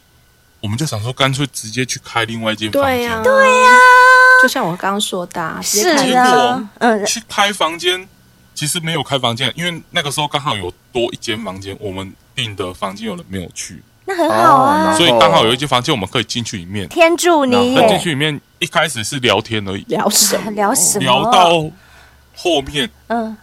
S5: 我们就想说，干脆直接去开另外一间房
S3: 对
S5: 间。
S3: 呀、对呀、就像我刚刚说的、啊，直接
S4: 啊是
S3: 开
S5: 结
S3: 一
S5: 果
S3: 间
S4: 啊，嗯，
S5: 去开房间，其实没有开房间，因为那个时候刚好有多一间房间，我们订的房间有人没有去，
S4: 那很好啊
S2: 哦，
S5: 所以刚好有一间房间我们可以进去里面。
S4: 天助你
S5: 那进
S4: 也。
S5: 去里面一开始是聊天而已，
S3: 聊什 么？
S4: 聊什么？
S5: 聊到后面
S4: 嗯，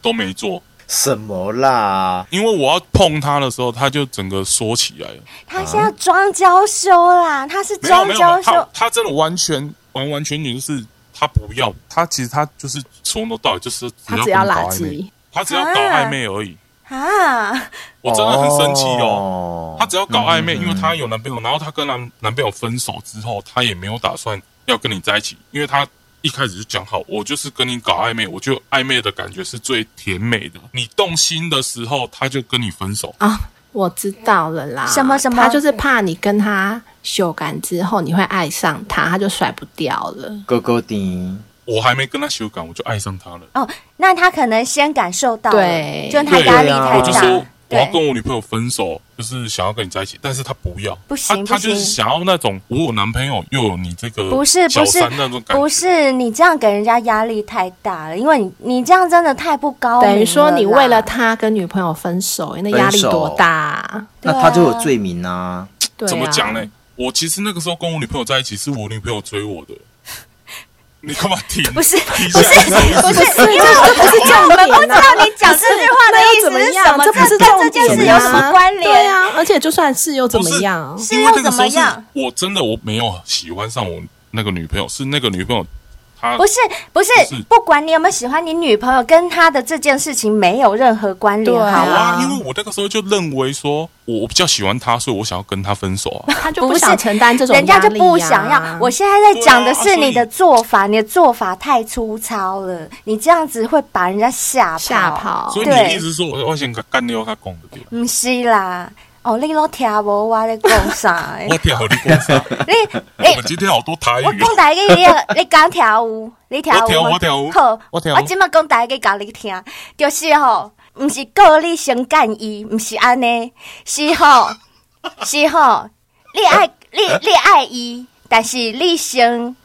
S5: 都没做，
S2: 什么啦？
S5: 因为我要碰他的时候，他就整个缩起来了。
S4: 他现在装娇羞啦，他是
S5: 没有
S4: 装
S5: 啊没有，
S4: 娇羞，
S5: 他他真的完全完完全全就是他不要，他其实他就是从头到尾就是
S3: 他只要
S5: 跟你搞
S3: 垃
S5: 暧昧，
S3: 圾，
S5: 他只要搞暧昧而已。
S4: 啊，
S5: 我真的很生气哦，
S2: 哦
S5: 他只要搞暧昧，
S2: 嗯
S5: 因为他有男朋友，然后他跟男男朋友分手之后，他也没有打算要跟你在一起，因为他。一开始就讲好，我就是跟你搞暧昧，我就暧昧的感觉是最甜美的。你动心的时候，他就跟你分手。
S3: 啊，我知道了啦。
S4: 什么什么
S3: 他就是怕你跟他修改之后，你会爱上他，他就甩不掉了。
S2: 哥哥丁，
S5: 我还没跟他修改，我就爱上他了。
S4: 哦，那他可能先感受到了，
S3: 对
S4: 就是他
S5: 对
S4: 压力
S2: 啊
S4: 太
S5: 我就
S4: 大
S5: 说呃
S4: 了，
S5: 我要
S4: 对，
S5: 跟我女朋友分手，就是想要跟你在一起，但是她不要，
S4: 不行
S5: 她她
S4: 不行
S5: 就是想要那种我有男朋友又有你这个
S4: 不是
S5: 小
S4: 不是
S5: 三那种感
S4: 不
S5: 觉，
S4: 是你这样给人家压力太大了，因为你你这样真的太不高明
S3: 等于说，你为了
S4: 啦
S3: 他跟女朋友分手，那压力
S2: 分手
S3: 多大、啊？
S2: 那他就有罪名啊！
S3: 对、啊，
S5: 怎么讲呢？？我其实那个时候跟我女朋友在一起，是我女朋友追我的。 你干嘛停？
S4: 不 是
S5: 停下来
S4: 不是
S3: 不是，这不是重点、啊。
S4: 我知道你讲 这句话的
S3: 那
S4: 意
S3: 又
S4: 思
S3: 怎么
S4: 是什
S3: 样？
S4: 么，
S3: 这不是
S4: 跟这
S3: 重
S4: 件
S3: 点、啊、
S4: 事有什么关联？
S3: 对啊，而且就算是又怎
S5: 不
S3: 么
S5: 是
S3: 样？
S4: 是
S5: 因为
S4: 又
S5: 那个
S4: 怎
S5: 时
S4: 么
S5: 候是
S4: 样？
S5: 我真的我没有喜欢上我那个女朋友，是那个女朋友 她
S4: 不是不是
S5: 不是，
S4: 不管你有没有喜欢你女朋友，跟她的这件事情没有任何关联，
S3: 对啊
S4: 好
S5: 好
S4: 吗？
S5: 啊，因为我那个时候就认为说我我比较喜欢她，所以我想要跟她分手 啊。
S3: 他就
S4: 不
S3: 不
S4: 是
S3: 想承担这种、压
S4: 人家就
S3: 力
S4: 不
S3: 啊
S4: 想要。我现在在讲的是你的做法，你的做法太粗糙了，你这样子会把人家吓
S3: 吓。跑。
S5: 所以你
S4: 对
S5: 的意思是说我我先干干掉她拱的对吧？
S4: 嗯，是啦。哦，你都听无我咧讲啥的？
S5: 我跳你公司，
S4: 你
S5: 我
S4: 你
S5: 们今天好多 台
S4: 哎我
S5: 语哦
S4: 讲。台语，你你敢听有？你听有
S5: 我听有
S4: 吗
S5: 我听有
S4: 好，
S5: 我听有
S4: 我即麦讲台语甲你听，就是吼，毋是告你先干伊，毋是安尼，是 吼，是吼，你爱你你爱伊，但是你先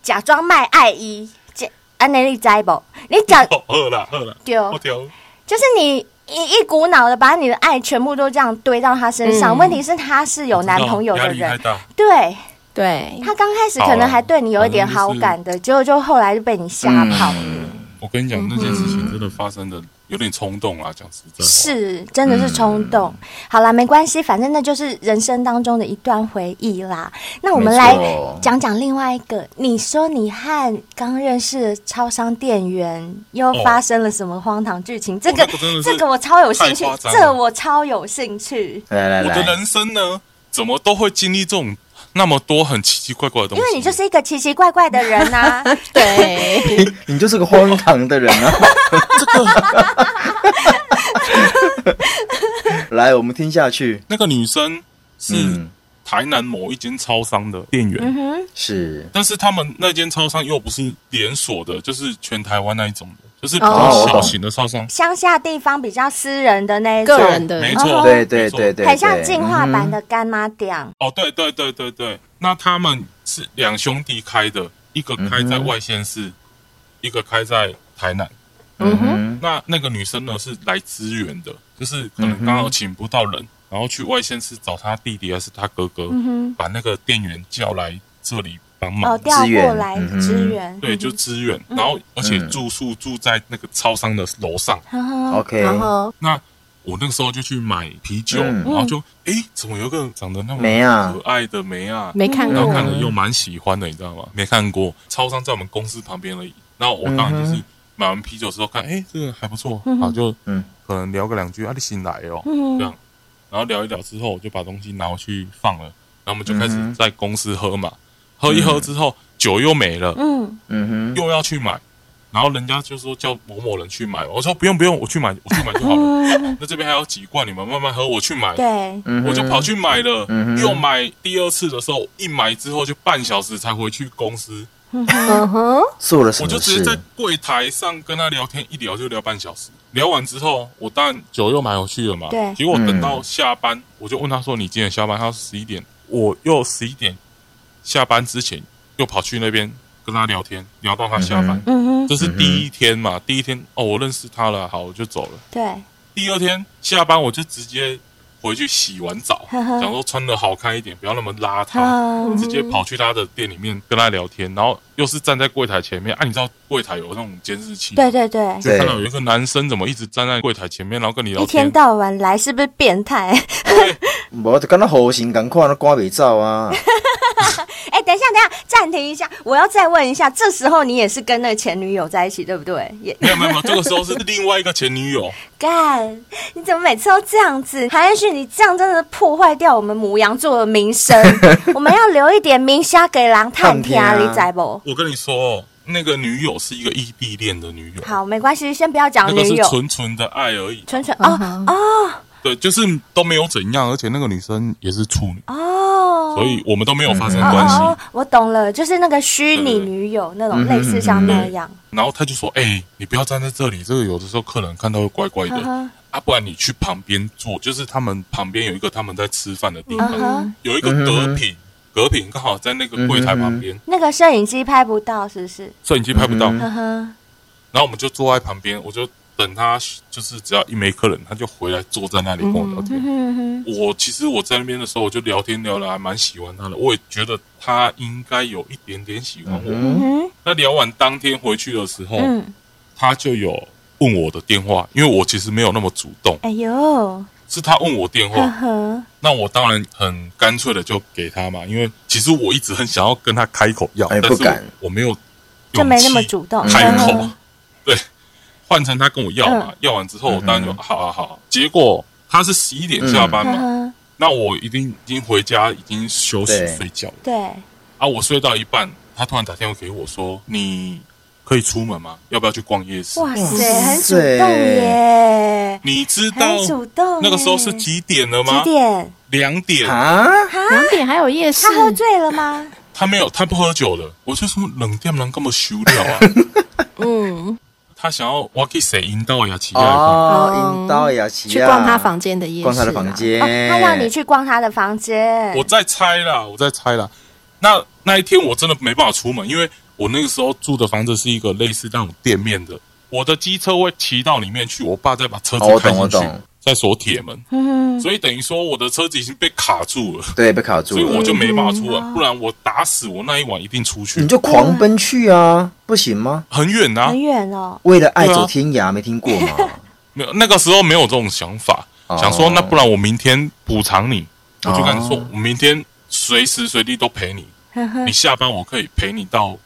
S4: 假装卖爱伊，这安尼你知无？你假
S5: 哦，饿了饿了，
S4: 对哦
S5: 我跳舞。
S4: 就是你一一股脑的把你的爱全部都这样堆到他身
S3: 嗯
S4: 上，问题是他是有男朋友
S5: 压
S4: 的
S5: 力太
S4: 人，
S5: 大，
S4: 对。
S3: 对，
S4: 他刚开始可能还对你有一点好感的，结果就后来就被你吓跑了。
S5: 啊我跟你
S4: 嗯
S5: 讲，那件事情真的发生的有点冲动啦，讲实在话。
S4: 是，真的是冲动。
S5: 嗯
S4: 好啦，没关系，反正那就是人生当中的一段回忆啦。那我们
S2: 没
S4: 来
S2: 错
S4: 讲讲另外一个，你说你和刚认识的超商店员又发生了什么荒唐剧情？这个、
S5: 哦那个真的是
S4: 这个我超有兴趣
S5: 太夸，张了
S4: 这我超有兴趣。
S2: 来来
S5: 我的
S2: 来，
S5: 人生呢，怎么都会经历这种那么多很奇奇怪怪的东
S4: 因
S5: 西？
S4: 为你就是一个奇奇怪怪的人啊呐、
S3: 对，
S2: 你就是个荒唐的人啊！来，我们听下去。
S5: 那个女生是
S2: 嗯，
S5: 台南某一间超商的店
S4: 嗯
S5: 员，
S2: 是
S5: 但是他们那间超商又不是连锁的，就是全台湾那一种的，就是比
S4: 哦
S5: 较
S2: 我懂
S5: 小型的超商。
S4: 乡下地方比较私人的那一种，
S3: 个人的
S5: 没错，啊
S2: 对对
S5: 哦没错
S2: 对对，
S4: 很像
S2: 对嗯
S4: 进化版的干妈店。
S5: 哦，对对对对对，那他们是两兄弟开的，一个开在外县市，一个开在台南。
S3: 嗯哼，
S2: 嗯
S5: 那那个女生呢是来支援的，就是可能刚好请不到人，然后去外县市找她弟弟还是她哥哥，
S4: 嗯
S5: 把那个店员叫来这里帮
S4: 哼，
S5: 忙。
S4: 哦，
S2: 嗯
S4: 调嗯
S2: 支援
S4: 过来
S2: 嗯哼
S4: 支援，
S5: 对，就支援，然后而且
S2: 嗯
S5: 住宿住在那个超商的楼上。
S4: 呵呵
S2: 哼，OK，
S4: 嗯
S3: 然后
S5: 那我那个时候就去买啤酒，
S2: 嗯
S5: 然后就诶，怎么有个长得那么
S2: 梅啊
S5: 可爱的梅啊？
S3: 没看
S5: 然后
S3: 过，
S5: 看了又蛮喜欢的，你知道吗？没看过，超商在我们公司旁边而已。然后我当然就是买完啤酒之后看，哎、这个还不错，好就
S2: 嗯
S5: 可能聊个两句，啊，你新来哦，
S4: 嗯
S5: 这样，然后聊一聊之后，我就把东西拿回去放了，然后我们就开
S2: 嗯
S5: 始
S2: 哼
S5: 在公司喝嘛，喝一喝之后酒又没了，
S4: 嗯，
S2: 嗯哼，
S5: 又要去买。然后人家就说叫某某人去买，我说不用不用，我去买，我去买就好了。那这边还有几罐，你们慢慢喝，我去买。
S4: 对，
S2: 嗯哼
S5: 我就跑去买了，
S2: 嗯哼
S5: 又买第二次的时候，一买之后就半小时才回去公司，
S3: 嗯
S4: 哦
S3: 哼，
S2: 做了什
S5: 我
S2: 么
S5: 就直接在
S2: 事？
S5: 柜台上跟他聊天，一聊就聊半小时。聊完之后，我当然酒又买回去了嘛。
S4: 对
S5: 结果等到下班，我就问他说：“你几点下班？”他说：“十一点。”我又十一点下班之前又跑去那边跟他聊天，聊到他下班。
S4: 嗯哼，
S5: 这是第一天嘛，第一天哦，我认识他了，好，我就走了。
S4: 对，
S5: 第二天下班我就直接回去洗完澡，
S4: 呵呵
S5: 想说穿的好看一点，不要那么邋
S4: 嗯
S5: 遢，直接跑去他的店里面跟他聊天，然后又是站在柜台前面，啊，你知道柜台有那种监视器，
S4: 对，对对，
S5: 就看到
S2: 对
S5: 有一个男生怎么一直站在柜台前面，然后跟你聊
S4: 一天到晚来是不是变态？
S2: 我就跟那猴形赶快那刮尾照啊！
S4: 哎，等一下，等一下，暂停一下，我要再问一下，这时候你也是跟那个前女友在一起，对不对？也
S5: 没有没有没有，这个时候是另外一个前女友，
S4: 干，你怎么每次都这样子？韩恩旭，你这样真的破坏掉我们母羊座的 名声，我们要留一点名声给狼探听，
S2: 探听啊
S4: 你知不？
S5: 我跟你说哦，那个女友是一个异地恋的女友，
S4: 好，没关系，先不要讲
S5: 那个
S4: 女
S5: 是
S4: 友，
S5: 纯纯的爱而已，
S4: 纯纯
S3: 嗯
S4: 哦
S5: 对，就是都没有怎样，而且那个女生也是处女，
S4: 哦，
S5: 所以我们都没有发生
S4: 哦
S5: 关系。嗯
S4: 哦哦，我懂了，就是那个虚拟女友那种，类似像那样。
S5: 然后他就说：“哎、你不要站在这里，这个有的时候客人看到会怪怪的、
S4: 嗯哼
S5: 啊，不然你去旁边坐，就是他们旁边有一个他们在吃饭的地
S4: 嗯
S5: 方，
S4: 哼，
S5: 有一个隔
S4: 嗯
S5: 屏，隔屏刚好在那个柜台旁边，
S4: 那个摄影机拍不到，是不是？
S5: 摄影机拍不到，
S2: 嗯
S4: 嗯哼，
S5: 然后我们就坐在旁边，我就等他，就是只要一没客人，他就回来坐在那里跟我聊天。
S4: 嗯哼，
S5: 我其实我在那边的时候，我就聊天聊得还蛮喜欢他的，我也觉得他应该有一点点喜欢我。
S4: 嗯
S2: 嗯，
S4: 哼，
S5: 那聊完当天回去的时候，
S4: 嗯，
S5: 他就有问我的电话，因为我其实没有那么主动。
S4: 哎呦，
S5: 是他问我电
S4: 呵
S5: 话，
S4: 呵，
S5: 那我当然很干脆的就给他嘛，因为其实我一直很想要跟他开口要，
S2: 哎
S5: 但是我
S2: 不敢
S5: 我没有
S4: 就没那么
S5: 勇气
S4: 主动
S5: 开口。
S4: 嗯
S5: 对，换成他跟我要嘛，要完之后我当
S2: 嗯
S5: 然就、好啊好啊。结果他是十一点下班
S4: 呵
S5: 嘛，
S4: 呵，
S5: 那我一定已经回家，已经休息
S2: 对
S5: 睡觉了
S4: 对，
S5: 啊。我睡到一半，他突然打电话给我说：“你可以出门吗？要不要去逛夜市？
S4: 哇塞，
S2: 塞
S4: 很主动耶，
S5: 你知道
S4: 很主动。
S5: 那个时候是？几点了吗
S4: 几？点？
S5: 两点。
S2: 啊，
S5: 嗯
S3: 两点还有夜市，
S4: 他喝醉了吗？
S5: 他没有，他不喝酒的。我就说冷店能干嘛休掉啊？
S3: 嗯，
S5: 他想要我给谁引导雅琪亚吧？
S2: 哦，
S3: 嗯
S2: 引导雅琪
S3: 去逛他房，间的夜市，啊
S2: 逛他的房。间
S4: 哦，，他让你去逛他的房间。
S5: 我在猜啦，我在猜啦。那那一天我真的没办法出门，因为我那个时候住的房子是一个类似那种店面的，我的机车会骑到里面去，我爸再把车子
S2: 哦我
S5: 开
S2: 懂
S5: 进去，
S2: 我懂
S5: 再锁铁门，
S4: 嗯，
S5: 所以等于说我的车子已经被卡住了，
S2: 对，被卡住
S5: 所以我
S2: 了，
S5: 就没办法出来，不然我打死我那一晚一定出去
S2: 你，就狂奔去啊，不行吗？
S5: 很远啊
S4: 很，远哦。
S2: 为了爱走
S5: 对啊
S2: 天涯，没听过吗？
S5: 没有那个时候没有这种想法，
S2: 哦
S5: 想说那不然我明天补偿你，我就跟你说
S2: 哦
S5: 我明天随时随地都陪你，
S4: 呵呵
S5: 你下班我可以陪你到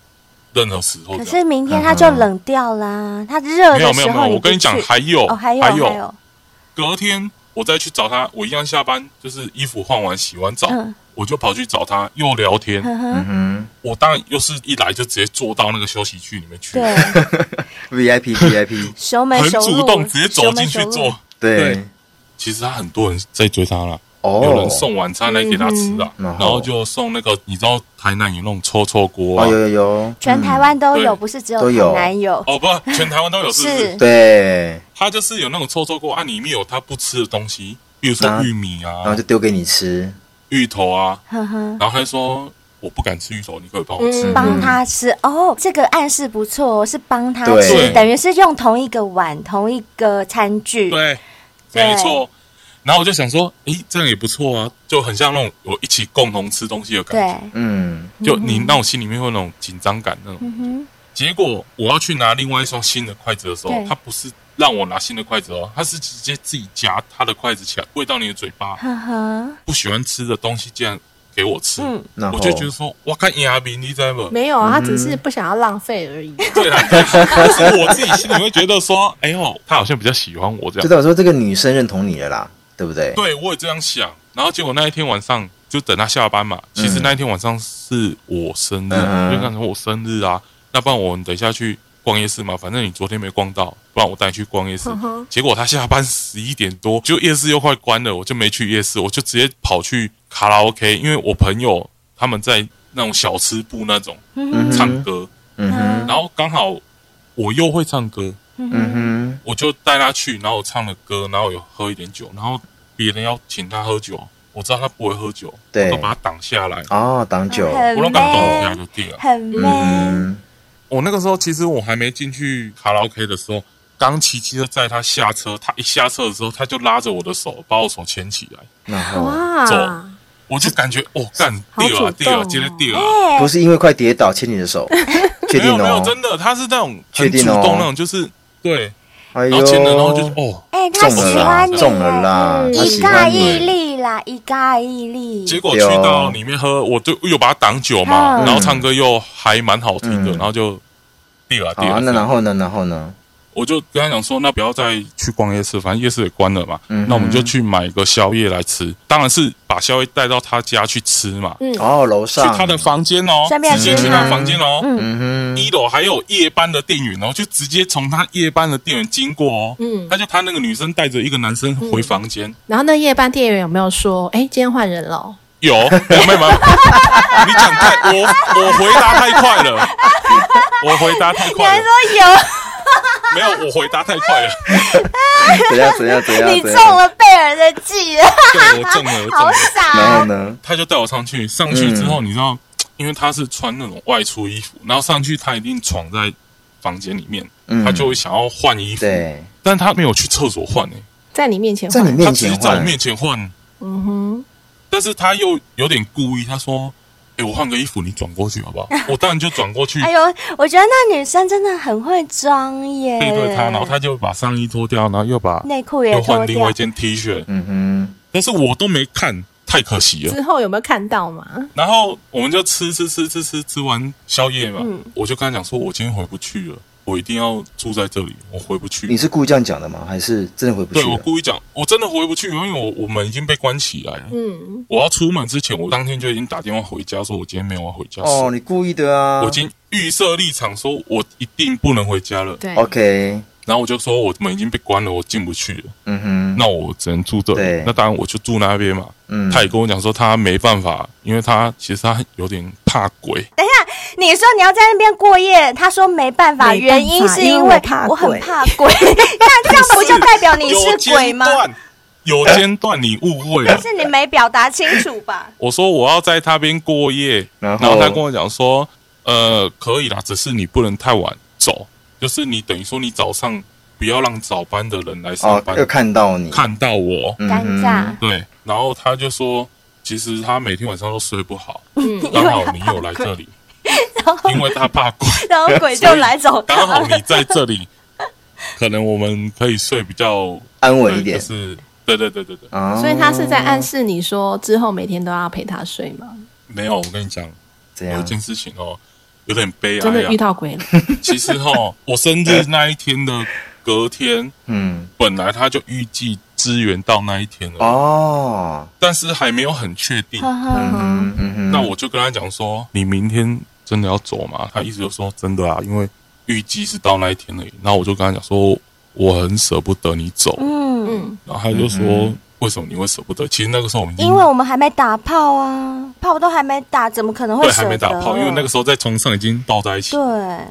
S5: 任何时候
S4: 可
S5: 这样。
S4: 是明天他就冷掉啦，他热
S5: 嗯没有
S4: 的
S5: 没
S4: 时
S5: 有没
S4: 候
S5: 有，我
S4: 不
S5: 跟你讲
S4: 去
S5: 还有
S4: 哦，还有
S5: 还
S4: 还有，
S5: 隔天我再去找他，我一样下班就是衣服换完洗完澡，
S4: 嗯
S5: 我就跑去找他又聊天。
S4: 呵呵，
S2: 嗯
S5: 我当然又是一来就直接坐到那个休息区里面去，
S4: 对，
S2: 哼，VIP VIP，
S4: 熟门
S5: 很
S4: 熟路，
S5: 主动直接走
S4: 熟门
S5: 进去
S4: 熟路
S5: 坐。
S2: 对
S5: 对，其实他很多人在追他了。有
S2: 哦
S5: 人，送晚餐来给他吃啊，
S2: 嗯
S5: 然后就送那个你知道台南有那种臭臭锅啊
S2: 哦，有，有有，
S4: 全台湾都有，
S5: 嗯对
S4: 不是只有
S2: 都有
S4: 台南有，
S5: 哦不，全台湾都有，是不是？
S4: 是
S2: 嗯对，
S5: 他就是有那种臭臭锅啊，里面有他不吃的东西，比如
S2: 啊
S5: 说玉米
S2: 然后
S5: 啊
S2: 就、丢给你吃，
S5: 芋头啊，
S4: 呵呵，
S5: 然后他说我不敢吃芋头，你可以帮我吃。
S2: 嗯
S4: 帮他吃哦，这个暗示不错哦，是帮他
S2: 对
S4: 吃，等于是用同一个碗、同一个餐
S2: 嗯
S4: 具，
S5: 对，啊
S4: 对
S5: 没错。然后我就想说，诶，这样也不错啊，就很像那种有一起共同吃东西的感
S4: 对
S5: 觉，，
S2: 嗯，
S5: 就你那种心里面会有那种紧张感那种。
S4: 嗯
S5: 结果我要去拿另外一双新的筷子的时候
S4: 对，
S5: 他不是让我拿新的筷子哦，他是直接自己夹他的筷子起来，喂到你的嘴 巴。
S4: 哼，呵呵，
S5: 不喜欢吃的东西竟然给我吃，
S4: 嗯，
S2: 然后
S5: 我就觉得说，我看牙明，你知道吗？
S3: 没有啊，他只是不想要浪费而已。
S5: 对 啦，对啦但是我自己心里会觉得说，哎呦，他好像比较喜欢我
S2: 就
S5: 这样。
S2: 代表说这个女生认同你了啦，对不对？
S5: 对，我也这样想。然后结果那一天晚上就等他下班嘛，其实那一天晚上是我生日，
S2: 嗯
S5: 我就想说我生日啊，那不然我们等一下去逛夜市嘛，反正你昨天没逛到，不然我带你去逛夜市。
S3: 嗯哼
S5: 结果他下班十一点多，就夜市又快关了，我就没去夜市，我就直接跑去卡拉 OK，因为我朋友他们在那种小吃部那种
S2: 嗯
S5: 唱
S2: 哼，
S5: 歌，
S2: 嗯哼，
S5: 然后刚好我又会唱歌，
S2: 嗯哼，
S5: 我就带他去，然后我唱了歌，然后有喝一点酒，然后别人要请他喝酒，我知道他不会喝酒，
S2: 对
S5: 我都把他挡下来，
S2: 哦，挡酒，
S4: 很
S5: 我都敢挡下
S4: man，
S5: 就对了。
S4: 很 Oh, man，
S2: 嗯，
S5: 我那个时候其实我还没进去卡拉 OK 的时候，刚骑机车载他下车，他一下车的时候，他就拉着我的手，把我手牵起来，
S2: 然
S4: Oh,
S2: 后
S3: 哇
S5: 走，我就感觉哦，干
S3: 好
S5: 对
S3: 主动
S5: 了
S3: 哦
S5: 对了，接着对了。
S2: 不是因为快跌倒牵你的 手，确
S5: 没
S2: 定
S5: 有没有，
S2: 哦，
S5: 真的，他是那种
S2: 确
S5: 很
S2: 定
S5: 主
S2: 哦
S5: 动那种，就是对，
S2: 哎
S5: 然
S2: 呦
S5: 后，牵着，然后就哦，
S4: 哎，他
S2: 中了
S4: 喜
S2: 啦
S4: 欢，你耶，嗯
S2: 中了啦，他
S4: 一
S2: 喜
S4: 尬
S2: 欢
S4: 一
S2: 你，
S4: 力啦，一尬一力，
S5: 结果去到里面喝，我就又把它挡酒嘛，
S4: 嗯
S5: 然后唱歌又还蛮好听的，
S2: 啊嗯
S5: 然后就丢啊
S2: 好
S5: 丢啊
S2: 啊，。那然后呢？然后呢？
S5: 我就跟他讲说，那不要再去逛夜市，反正夜市也关了嘛，
S2: 嗯哼
S5: 那我们就去买个宵夜来吃。当然是把宵夜带到他家去吃嘛，
S3: 嗯，
S2: 哦，楼
S5: 去
S2: 上，
S5: 他的房间哦，
S4: 顺便
S5: 直接去他
S4: 吃吗
S5: 的房间哦。
S4: 嗯
S2: 嗯 哼，
S5: 一楼还有夜班的店员哦，就直接从他夜班的店员经过哦。
S3: 嗯
S5: 他就他那个女生带着一个男生
S2: 嗯
S5: 回房间，
S3: 然后那夜班店员有没有说，哎，今天换人了哦？
S5: 有，我妹妹，你讲太我我回答太快了，我回答太
S4: 还
S5: 快了
S4: 说，有，
S5: 没有，我回答 太快了，
S2: 怎样怎样
S5: 啊
S2: 怎样？
S4: 你
S2: 怎
S4: 中
S2: 样？
S4: 了贝尔的 计，
S5: 对我中了，我中
S4: 好
S5: 了。
S4: 傻
S2: 然后
S4: 哦，
S2: 呢？
S5: 他就带我上去，上去之后，你知道，因为他是穿那种外出衣服，然后上去他一定闯在房间里面，
S2: 嗯
S5: 他就会想要换衣服，
S2: 对，
S5: 但他没有去厕所换、欸，
S3: 在你面前
S2: 在
S3: 换
S2: 你
S5: 他
S2: 面
S5: 只是
S2: 前
S5: 在我
S2: 换，
S5: 面前换，
S3: 嗯哼，
S5: 但是他又有点故意，他说：“哎、我换个衣服，你转过去好不好？”我当然就转过去。
S4: 哎呦，我觉得那女生真的很会装耶，
S5: 背对他，然后他就把上衣脱掉，然后又把
S4: 哎内裤也
S5: 又
S4: 脱
S5: 换另
S4: 掉
S5: 外一，件 T 恤，
S2: 嗯
S5: 但是我都没看，太可惜了。
S3: 之后有没有看到嘛？
S5: 然后我们就吃吃吃吃吃吃完宵夜嘛，
S4: 嗯
S5: 我就跟他讲说，我今天回不去了，我一定要住在这里，我回不去。
S2: 你是故意这样讲的吗？还是真的回不去
S5: 对我
S2: 了？
S5: 故意讲，我真的回不去，因为我我们已经被关起来了。
S3: 嗯，
S5: 我要出门之前，我当天就已经打电话回家，说我今天没有要回家。
S2: 哦，，你故意的啊！
S5: 我已经预设立场，说我一定不能回家了。
S2: 哦
S3: 对
S2: OK，
S5: 然后我就说我门已经被关了，我进不去了，
S2: 嗯哼，
S5: 那我只能住这
S2: 对
S5: 里。那当然我就住那边嘛。
S2: 嗯
S5: 他也跟我讲说他没办法，因为他其实他有点怕鬼。
S4: 你说你要在那边过夜，他说没办法，
S6: 没办法
S4: 原因是
S6: 因为
S4: 为
S6: 我怕
S4: 我很
S6: 鬼
S4: 怕鬼， 那这样不就代哎表你
S5: 有
S4: 是
S5: 间
S4: 鬼吗？哎
S5: 断？有间断，你误会了
S4: 但。是你没表达清楚吧？
S5: 我说我要在他边过夜，
S2: 然后
S5: 后他跟我讲说，呃，可以啦，只是你不能太晚走，就是你等于说你早上不要让早班的人来上
S2: 哦
S5: 班、，
S2: 又看到你，
S5: 看到我，
S2: 嗯
S4: 尴
S2: 哼
S4: 尬，
S5: 对，然后他就说，其实他每天晚上都睡不好，
S3: 嗯
S5: 刚好你有来这里，因为他怕鬼，
S4: 然后鬼就来找他
S5: 刚好你在这里，可能我们可以睡比较
S2: 安稳一点
S5: 对就是对对对对对，
S2: 啊。
S3: 所以他是在暗示你说之后每天都要陪他睡吗？
S5: 没有，我跟你讲，
S2: 怎
S5: 有
S2: 样
S5: 一？件事情哦，有点悲哀、啊，
S3: 真的遇到鬼 了，
S5: 其实哈，我生日那一天的隔天，
S2: 嗯，
S5: 本来他就预计支援到那一天了，
S2: 哦，
S5: 但是还没有很确定。
S2: 嗯哼嗯哼，
S5: 那我就跟他讲说：“你明天真的要走吗？”他一直就说：“真的啊，因为预计是到那一天而已。”然后我就跟他讲说：“我很舍不得你走。
S4: 嗯，
S3: 嗯，
S5: 然后他就说：“为什么你会舍不得？”其实那个时候我们已经
S4: 因为我们还没打炮啊，炮都还没打，怎么可能会
S5: 对
S4: 舍
S5: 还
S4: 得？嗯
S5: 没打炮，因为那个时候在床上已经抱在一起。
S4: 对，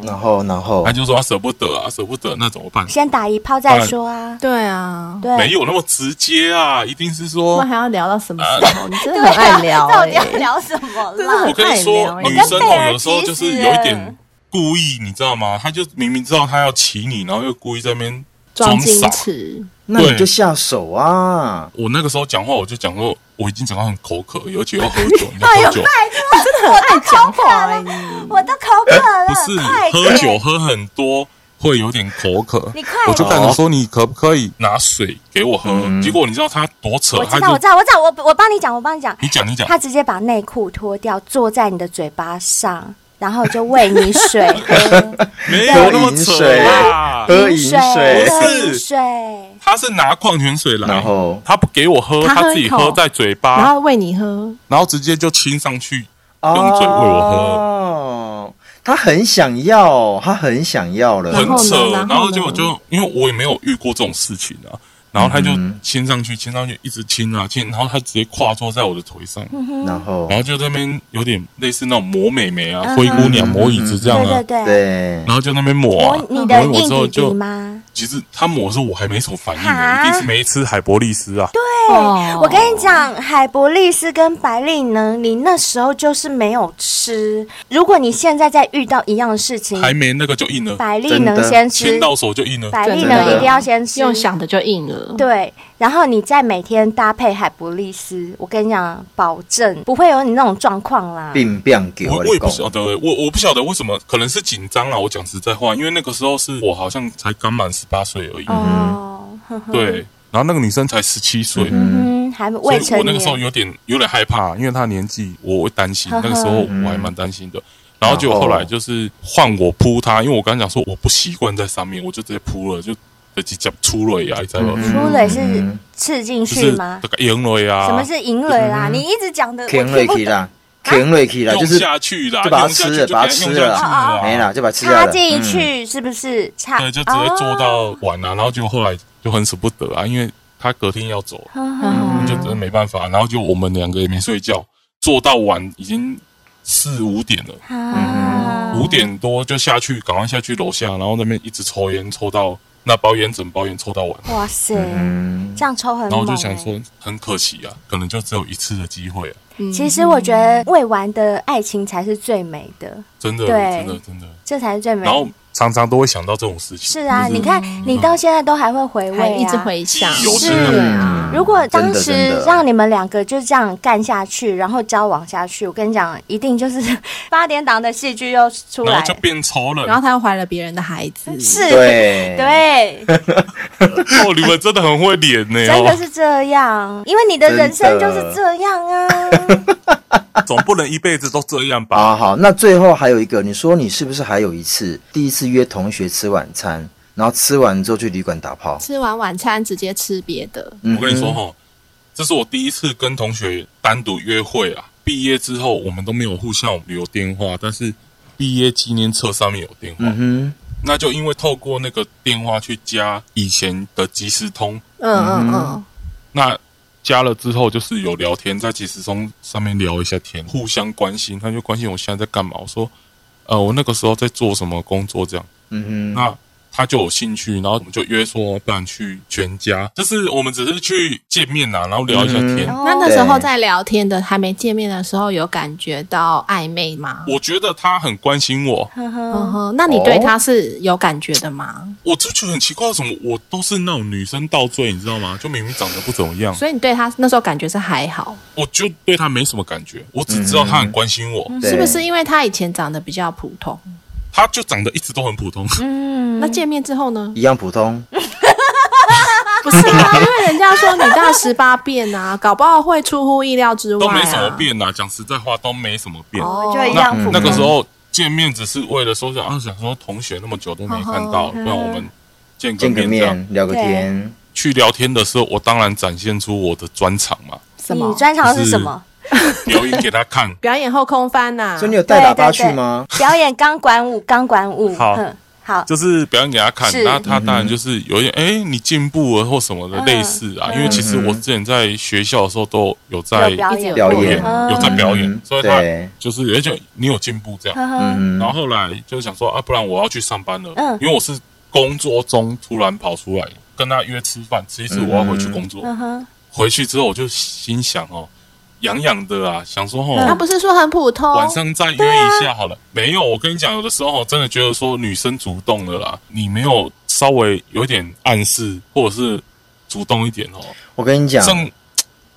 S2: 然后然后
S5: 他就说他舍不得啊，舍不得，那怎么办？
S4: 先打一炮再说啊。
S3: 对啊，
S4: 对，
S5: 嗯没有那么直接啊，一定是说
S3: 那还要聊到什 么时候？你真的很爱聊、
S4: 啊到
S3: 欸，
S4: 底要聊什么
S3: 真的
S4: 啦
S5: 我
S3: 很？
S5: 跟你
S3: 太
S5: 说，
S3: 无聊了
S5: 女生哦，有的时候就是有一点故意，你知道吗？她就明明知道她要骑你，然后又故意在那边
S3: 装矜
S5: 傻。
S3: 持，
S2: 那你
S5: 对
S2: 就下手啊！
S5: 我那个时候讲话，我就讲说，我已经讲到很口渴，尤其要喝酒， 你要
S4: 哎
S5: 喝酒，
S3: 很爱讲话、欸，你
S4: 我都口渴了，
S5: 不是
S4: 快
S5: 喝
S4: 点
S5: 酒，喝很多会有点口渴。
S4: 你快
S5: 我就
S4: 点。
S5: 跟他说，你可不可以拿水给我喝？结果你知道他多扯
S4: 嗯我，
S5: 他
S4: 知道，我
S5: 就
S4: 知道，我知道，我我帮你讲，我帮你讲。
S5: 你讲你讲，
S4: 他直接把内裤脱掉，坐在你的嘴巴上，然后就喂你水喝，
S5: 没有那么扯啦。
S2: 喝饮
S4: 水，
S2: 水，
S4: 喝
S5: 是
S4: 饮水。
S5: 他是拿矿泉水来，
S2: 然后
S5: 他不给我喝，
S3: 他喝
S5: 他自己
S3: 一口
S5: 喝在嘴巴，
S3: 然后喂你喝，
S5: 然后直接就亲上去，
S2: 哦
S5: 用嘴喂我
S2: 哦，他很想要，他很想要了
S5: 喝，，很
S3: 后呢
S5: 扯。
S3: 然后呢
S5: 然后结果就因为我也没有遇过这种事情啊，然后他就亲上去，亲上去，一直亲啊亲，然后他直接跨坐在我的腿上，
S3: 嗯
S2: 然后
S5: 然后就在那边有点类似那种磨美眉
S3: 嗯
S5: 啊、灰姑娘磨椅子这样
S4: 对
S5: 啊
S4: 对，对，
S2: 对，
S5: 然后就在那边磨
S4: 我
S5: 啊。
S4: 你的
S5: 我我
S4: 硬
S5: 之后
S4: 弟弟
S5: 就，
S4: 吗？
S5: 其实他磨的时候我还没什么反应
S4: 哈
S5: 呢，一定是没吃海博利斯啊。
S3: 哦
S4: 我跟你讲，海博利斯跟白丽呢，你那时候就是没有吃。如果你现在再遇到一样的事情，
S5: 还没那个就硬了，
S4: 百丽
S2: 真的
S4: 能先吃
S5: 亲，到手就硬了。
S4: 百丽
S3: 真
S4: 能
S3: 的
S4: 一定要先吃。
S3: 用想的就硬了，
S4: 对，然后你再每天搭配海博利斯，我跟你讲，保证不会有你那种状况啦。
S2: 并不给
S5: 哦我
S2: 我
S5: 我也不
S2: 讲
S5: 晓得，我我不晓得为什么，可能是紧张啊。我讲实在话，因为那个时候是我好像才刚满十八岁而已，
S4: 哦，呵呵
S5: 对，然后那个女生才十七岁，
S4: 嗯，还
S5: 所以
S4: 未
S5: 我
S4: 成
S5: 那个时候
S4: 年，
S5: 有点有点害怕，因为她年纪我会担心，
S4: 呵呵
S5: 那个时候我还蛮担心的。然后结果后来就是换我扑她，因为我刚刚讲说我不习惯在上面，我就直接扑了，就直接讲出了呀，你知道吗？
S4: 出磊是
S2: 嗯
S4: 刺进
S5: 就
S4: 去
S5: 是
S4: 吗
S5: 这？个赢了呀，
S4: 什么是银蕊啦？
S5: 嗯
S4: 你一直讲的，我
S2: 舔
S4: 听
S2: 瑞
S4: 不
S2: 去啦，舔瑞去啦，就
S5: 用
S2: 是
S5: 下去啦，
S2: 就把它
S5: 用下去
S2: 吃了
S5: 就
S2: 把它
S5: 给它
S2: 吃
S5: 用下
S2: 了啊
S5: 去啦
S2: 没啦，就把它吃掉
S4: 哦插
S2: 了，
S4: 进
S2: 嗯
S4: 去是不是？插
S5: 嗯对，就直接做
S4: 哦
S5: 到晚啊，然后就后来就很舍不得啊，因为他隔天要走，
S4: 啊
S3: 嗯
S5: 就真的没办法，啊然后就我们两个也没睡觉，做到晚已经四五点了，
S4: 啊
S5: 五点多就下去，赶快下去楼下，然后那边一直抽烟，抽到那包烟整包烟抽到晚，
S4: 哇塞，
S2: 嗯，
S4: 这样抽很
S5: 然后
S4: 猛
S5: 我
S4: 欸。
S5: 就想说很可惜啊，可能就只有一次的机会啊，
S3: 嗯
S4: 其实我觉得未完的爱情才是最美的，
S5: 真的，
S4: 对
S5: 真的，真的，
S4: 这才是最美
S5: 然后
S4: 的。
S5: 常常都会想到这种事情，
S4: 是
S2: 嗯
S4: 啊，
S5: 就是
S4: 你看你到现在都还会回味、啊，
S3: 还一直。回想，啊
S5: 有啊
S4: 是啊
S5: 时候
S4: 如果当
S2: 嗯真的
S4: 时
S2: 真的
S4: 让你们两个就这样干下去，然后交往下去，我跟你讲，一定就是 八点档的戏剧又出
S5: 然
S4: 来
S5: 后就变仇人
S3: 然，后他又怀了别人的孩子，
S4: 是，
S2: 对， 哎
S4: 对，
S5: 哦，你们真的很会脸呢，
S4: 真的
S5: 哦。
S4: 是这样，因为你的人生就是这样啊。
S5: 总不能一辈子都这样吧？
S2: 好好，那最后还有一个，你说你是不是还有一次第一次约同学吃晚餐，然后吃完之后去旅馆打炮？
S3: 吃完晚餐直接吃别的，
S2: 嗯
S5: 我跟你说
S2: 哼，
S5: 哈，这是我第一次跟同学单独约会啊。毕业之后，我们都没有互相留电话，但是毕业纪念册上面有电话，
S2: 嗯哼，
S5: 那就因为透过那个电话去加以前的即时通，
S3: 嗯嗯嗯，
S5: 那加了之后就是有聊天，在即时通上面聊一下天，互相关心。他就关心我现在在干嘛，我说，呃，我那个时候在做什么工作这样。
S2: 嗯哼，
S4: 啊
S5: 那他就有兴趣，然后我们就约说，不然去全家，就是我们只是去见面啦、然后聊一下天。
S2: 嗯
S3: 那
S4: 哦
S3: 那时候在聊天的还没见面的时候，有感觉到暧昧吗？
S5: 我觉得他很关心我，
S4: 呵
S3: 嗯
S4: 呵，
S3: 哼，那你对他是有感觉的吗？
S5: 我就觉得很奇怪，为什么我都是那种女生倒追，你知道吗？就明明长得不怎么样，
S3: 所以你对他那时候感觉是还好，
S5: 我就对他没什么感觉，我只知道他很关心我，
S2: 对
S3: 是不是因为他以前长得比较普通？
S5: 他就长得一直都很普通。
S4: 嗯，
S3: 那见面之后呢？
S2: 一样普通？
S3: 不是啊，因为人家说女大十八变啊，搞不好会出乎意料之外、
S5: 都
S3: 啊，
S5: 没什么变呐、讲实在话都没什么变。
S3: 哦
S4: 就一
S5: 那
S4: 样普通
S5: 那个时候见面只是为了说想，啊，想说同学那么久都没看到，不
S3: 嗯
S5: 然我们见个
S2: 见个
S5: 面这样。
S2: 面聊个
S4: 对
S2: 天，
S5: 去聊天的时候，我当然展现出我的专长 嘛，
S3: 什么。
S4: 你专长是什么？
S5: 表演给他看
S3: 表演后空翻啊
S4: 啊
S3: 呐、
S2: 所以你有带喇叭去吗？
S4: 表演钢管舞，钢管舞，
S5: 好
S4: 哼好，
S5: 就是表演给他看
S4: 是，
S5: 那他当然就是有一点，哎、你进步了或什么的
S4: 嗯
S5: 类似啊。
S4: 嗯
S5: 因为其实我之前在学校的时候都有在
S4: 有表演，
S2: 表演
S4: 嗯
S5: 有在表演，
S2: 嗯
S5: 所以他
S2: 对
S5: 就是有一种你有进步这样。
S4: 呵呵，
S2: 嗯
S5: 然
S2: 哼，
S5: 后后来就想说啊，不然我要去上班了，
S4: 嗯
S5: 因为我是工作中突然跑出来跟他约吃饭，其实我要回去工作。
S4: 嗯哼，
S5: 回去之后我就心想哦，痒痒的啊，想说哦，
S4: 嗯
S3: 他不是说很普
S4: 哦
S3: 通，
S5: 晚上再约一下好
S4: 啊
S5: 了。没有，我跟你讲，有的时候真的觉得说女生主动了啦，你没有稍微有点暗示或者是主动一点哦，
S2: 我跟你讲，
S5: 正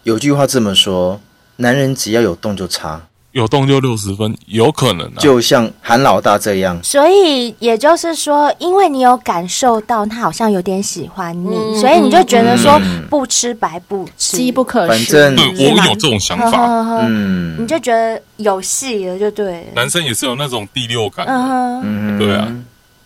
S2: 有句话这么说，男人只要有动就差，
S5: 有动就六十分，有可能啊。
S2: 就像韩老大这样。
S4: 所以也就是说，因为你有感受到他好像有点喜欢你，
S3: 嗯
S4: 所以你就觉得说
S2: 嗯
S4: 不吃白不吃，
S3: 机不可
S2: 反
S3: 失。
S2: 正
S5: 对
S3: 是
S5: 我
S3: 吧
S5: 有这种想
S4: 呵
S5: 法，
S4: 呵呵，
S2: 嗯，
S4: 你就觉得有戏了，就对了，
S5: 男生也是有那种第六感的。
S4: 嗯哼，
S2: 嗯哼
S5: 对啊，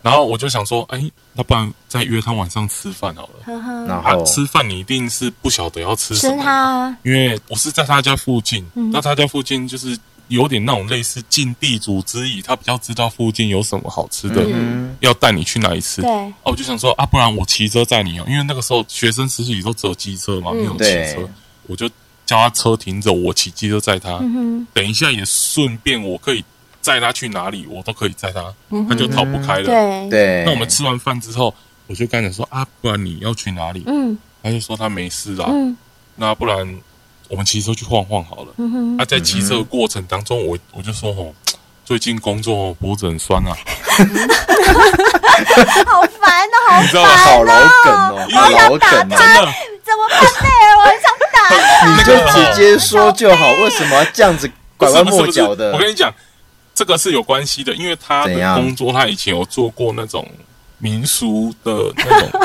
S5: 然后我就想说，哎，那不然再约他晚上吃饭好了。
S4: 呵呵，
S2: 然
S5: 啊
S2: 后，
S5: 吃饭你一定是不晓得要吃什
S4: 吃
S5: 么，
S2: 嗯
S4: 他，
S5: 因为我是在他家附近，
S4: 嗯
S5: 那他家附近就是有点那种类似近地主之谊，他比较知道附近有什么好吃的，
S2: 嗯
S5: 要带你去哪里吃。
S4: 对，
S5: 哦，我就想说啊，不然我骑车载你哦，因为那个时候学生时期都只有机车
S4: 嗯
S5: 嘛，没有骑
S2: 对
S5: 车，我就叫他车停着，我骑机车载他，
S4: 嗯
S5: 等一下也顺便我可以载他去哪里，我都可以载他，他就逃不开
S4: 嗯哼，
S5: 了。
S4: 对，
S2: 对，
S5: 那我们吃完饭之后，我就跟他讲说啊，不然你要去哪里？
S4: 嗯
S5: 他就说他没事啦，
S4: 嗯
S5: 那不然我们骑车去晃晃好了。
S4: 嗯哼，
S5: 啊，在骑车的过程当中，我我就说吼，最近工作哦脖子很酸 啊，
S4: 好烦哦，好
S5: 你知道吗？
S2: 好老梗哦，好老梗哦，
S5: 真的
S4: 怎么办？贝尔，我很想打你。
S2: 你就直接说就好，为什么要这样子拐弯抹角的
S5: 不是不是不是我？跟你讲，这个是有关系的，因为他
S2: 怎
S5: 的
S2: 样
S5: 工作，他以前有做过那种民俗的那 种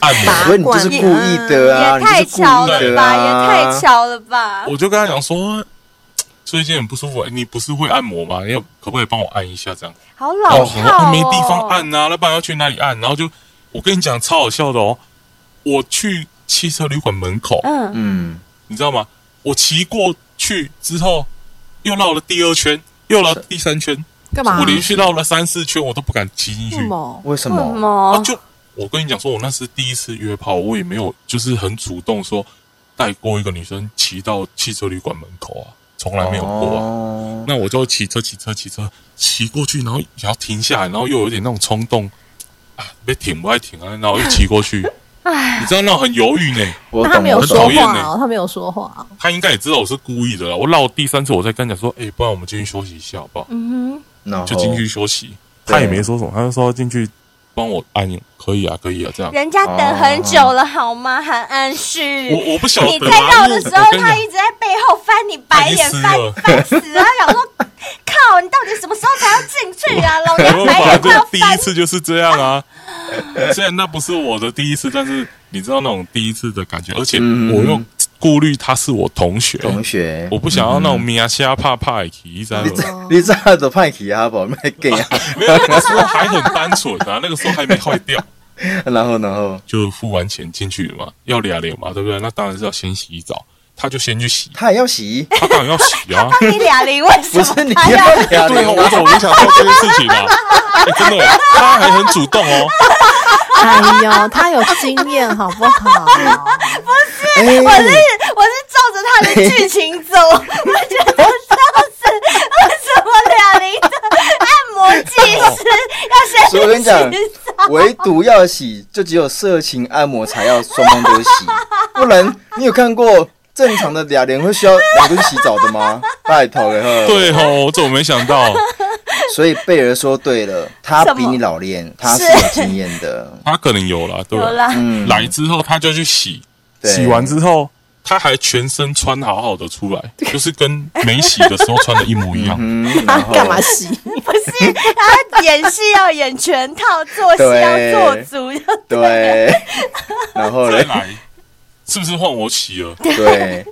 S5: 按摩。
S2: 所以你就是故意的啊，
S4: 也
S2: 你
S4: 太
S2: 就是故
S4: 巧
S2: 意
S4: 了
S2: 的
S4: 吧，
S2: 啊，
S4: 也太巧了吧！
S5: 我就跟他讲说，最近很不舒服，哎你不是会按摩吗？要可不可以帮我按一下这样？
S4: 好
S5: 然
S4: 老
S5: 后我想说、
S4: 套
S5: 啊、
S4: 哦，
S5: 没地方按啊，那不然要去哪里按？然后就我跟你讲超好笑的哦，我去汽车旅馆门口，
S4: 嗯，
S2: 嗯，
S5: 你知道吗？我骑过去之后，又绕了第二圈，又绕第三圈，
S3: 干嘛？
S5: 我连续绕了三四圈，我都不敢骑进去
S3: 为。什么？
S2: 为什
S4: 为什
S2: 么？
S5: 啊，
S4: 么？
S5: 就我跟你讲说，我那是第一次约炮，我也没有就是很主动说带过一个女生骑到汽车旅馆门口啊，从来没有过啊。
S2: 哦，
S5: 那我就骑车骑车骑车骑过去，然后也要停下来，然后又有点那种冲动啊，别停不爱停啊，然后又骑过去，你知道那种很犹豫呢。
S2: 我
S3: 那
S2: 懂
S3: 他没有
S2: 我
S3: 说
S2: 懂
S5: 讨厌
S3: 话
S5: 欸
S3: 哦，他没有说话哦。
S5: 他应该也知道我是故意的啦。我绕第三次，我再跟他讲说，哎、不然我们进去休息一下好不好？
S4: 嗯
S2: 然后
S5: 就进去休息。
S2: 对
S5: 哦他也没说什么，他就说进去帮我按，可以啊，可以啊，这样
S4: 哼，。人家等很久了好
S2: 啊
S4: 吗？韩安旭，
S5: 我我不晓
S4: 你
S5: 得
S4: 在绕
S5: 啊，因为
S4: 的时
S5: 我
S4: 候，
S5: 我跟你
S4: 他
S5: 讲
S4: 一直在背后翻你白眼，
S5: 他
S4: 翻
S5: 已经
S4: 翻死啊！想说，靠，你到底什么时候才要进去 啊？老
S5: 没
S4: 娘
S5: 办
S4: 白
S5: 法，
S4: 眼快要
S5: 这第一
S4: 翻
S5: 次就是这样啊。虽然那不是我的第一次，但是你知道那种第一次的感觉，而且
S2: 嗯
S5: 我又顾虑他是我同学，
S2: 同学，
S5: 我不想要那种米亚西亚怕怕的体，在
S2: 你
S4: 嗯
S2: 这你这样子派去啊，宝卖 gay 啊，
S5: 没有那个时候还很单纯啊，那个时候还没坏掉，
S2: 然后然后
S5: 就付完钱进去了嘛，要俩脸嘛，对不对？那当然是要先洗澡，他就先去洗，
S2: 他也要洗，
S5: 他当然要洗啊。
S4: 你俩零为 什
S2: 不
S4: 么？
S2: 是你
S4: 他
S2: 要俩
S5: 对哦，
S2: 零
S5: 我
S2: 吗？
S5: 怎么 没想到这件事情啊？哎，真的，他还很主动哦。
S3: 哎呦，他有经验好不 好？
S2: 哎，
S4: 我是我是照着他的剧情走， 我觉得当时为什么俩零的按摩技师要 先
S2: 所以我跟你 讲
S4: 去洗澡，
S2: 唯独要洗，就只有色情按摩才要双方 都洗，不然你有看过正常的俩人会需要两个去洗澡的 吗？拜托了呵。
S5: 对哦，我怎么没想到？
S2: 所以贝尔说对了，他
S4: 什么
S2: 比你老练，他是
S4: 是
S2: 有经验的。
S5: 他可能有啦，对吧
S4: 有啦，
S2: 嗯，
S5: 来之后他就去洗，
S2: 对
S5: 洗完之后他还全身穿好好的出来，就是跟没洗的时候穿的一模一样。
S2: 嗯，
S3: 他
S2: 然 后
S3: 干嘛洗？
S4: 不是他演戏要演全套，做戏
S2: 对
S4: 要做足，就
S2: 对，然后
S5: 再
S2: 嘞，
S5: 来，是不是换我洗了？
S2: 对，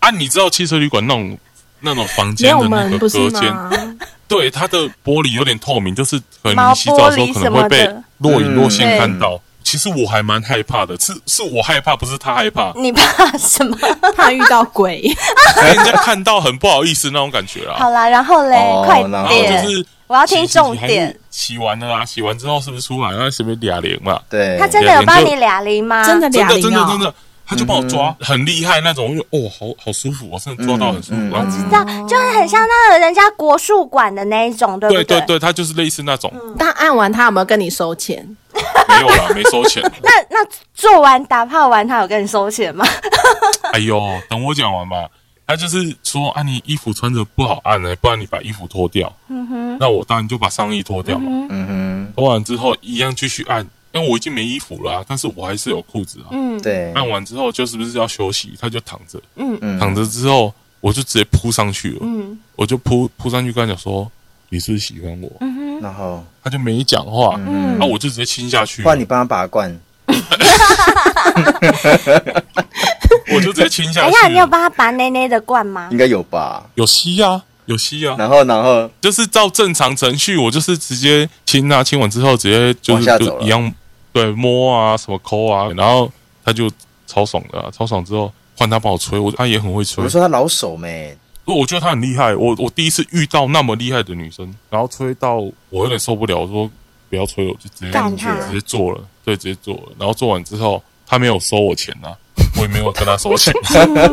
S5: 啊，你知道汽车旅馆那种那种房
S3: 没
S5: 间
S3: 有
S5: 的那
S3: 门
S5: 个
S3: 不是
S5: 隔间，
S3: 吗？
S5: 对，它的玻璃有点透明，就是可能
S4: 毛
S5: 你洗澡的时候
S4: 玻璃
S5: 可
S4: 什
S5: 能
S4: 么
S5: 会被
S4: 的
S5: 若隐若现
S4: 嗯，
S5: 看到。其实我还蛮害怕的，是是我害怕，不是他害怕
S4: 你怕什么？
S3: 怕遇到鬼，
S5: 被人家看到很不好意思那种感觉啦。
S4: 好啦，然后嘞，
S2: 哦
S4: 快
S2: 然
S5: 然
S2: 后
S5: 后
S4: 点，
S5: 就是
S4: 我要听重点。
S5: 洗完了啊，洗完之后是不是出来？然后随便俩脸嘛，
S2: 对，
S4: 他真的有帮你俩零 吗？
S3: 真的
S5: 啊真
S3: 俩
S5: 的
S3: 零
S5: 真的真
S3: 哦。
S5: 的，他就帮我抓，
S2: 嗯
S5: 很厉害那种，我就哦，好好舒服，我真的抓到很舒服。
S2: 嗯嗯
S5: 然后
S4: 知道，就是很像那个人家国术馆的那一种，对不嗯
S5: 对对
S4: 对
S5: 对，他就是类似那种，
S3: 但按完他有没有跟你收钱？
S5: 没有啦，没收钱。
S4: 那那做完打炮完，他有跟你收钱吗？
S5: 哎呦，等我讲完吧。他就是说啊，你衣服穿着不好按呢、不然你把衣服脱掉。那我当然就把上衣脱掉嘛。
S2: 嗯
S5: 脱完之后一样继续按，因为我已经没衣服啦、但是我还是有裤子啊。
S4: 嗯
S2: 哼，对，
S5: 按完之后就是不是要休息？他就躺着，
S2: 嗯
S5: 躺着之后我就直接扑上去了。
S4: 嗯
S5: 我就扑扑上去跟他讲说：“你是不是喜欢我？”
S2: 然后
S5: 他就没讲话，
S2: 嗯
S5: 啊，我就直接亲下去，
S2: 换你帮他拔罐，
S5: 我就直接亲
S4: 等
S5: 下
S4: 一
S5: 去。
S4: 下，你有帮他拔内内的罐吗？
S5: 嗯
S2: 应该有吧？
S5: 有吸啊，有吸啊，
S2: 然后然后
S5: 就是照正常程序，我就是直接亲啊，亲完之后直接就
S2: 往
S5: 是
S2: 下走
S5: 就
S2: 了
S5: 一样，对，摸啊，什么抠啊，然后他就超爽的啊、超爽之后换他帮我吹，我他也很会吹
S2: 我，说他老手没，
S5: 我觉得他很厉害，我我第一次遇到那么厉害的女生，然后吹到我有点受不了，我说不要吹了，我就直接
S4: 干他
S5: 直接做了，对，直接做了，然后做完之后他没有收我钱啊，我也没有跟他 收钱。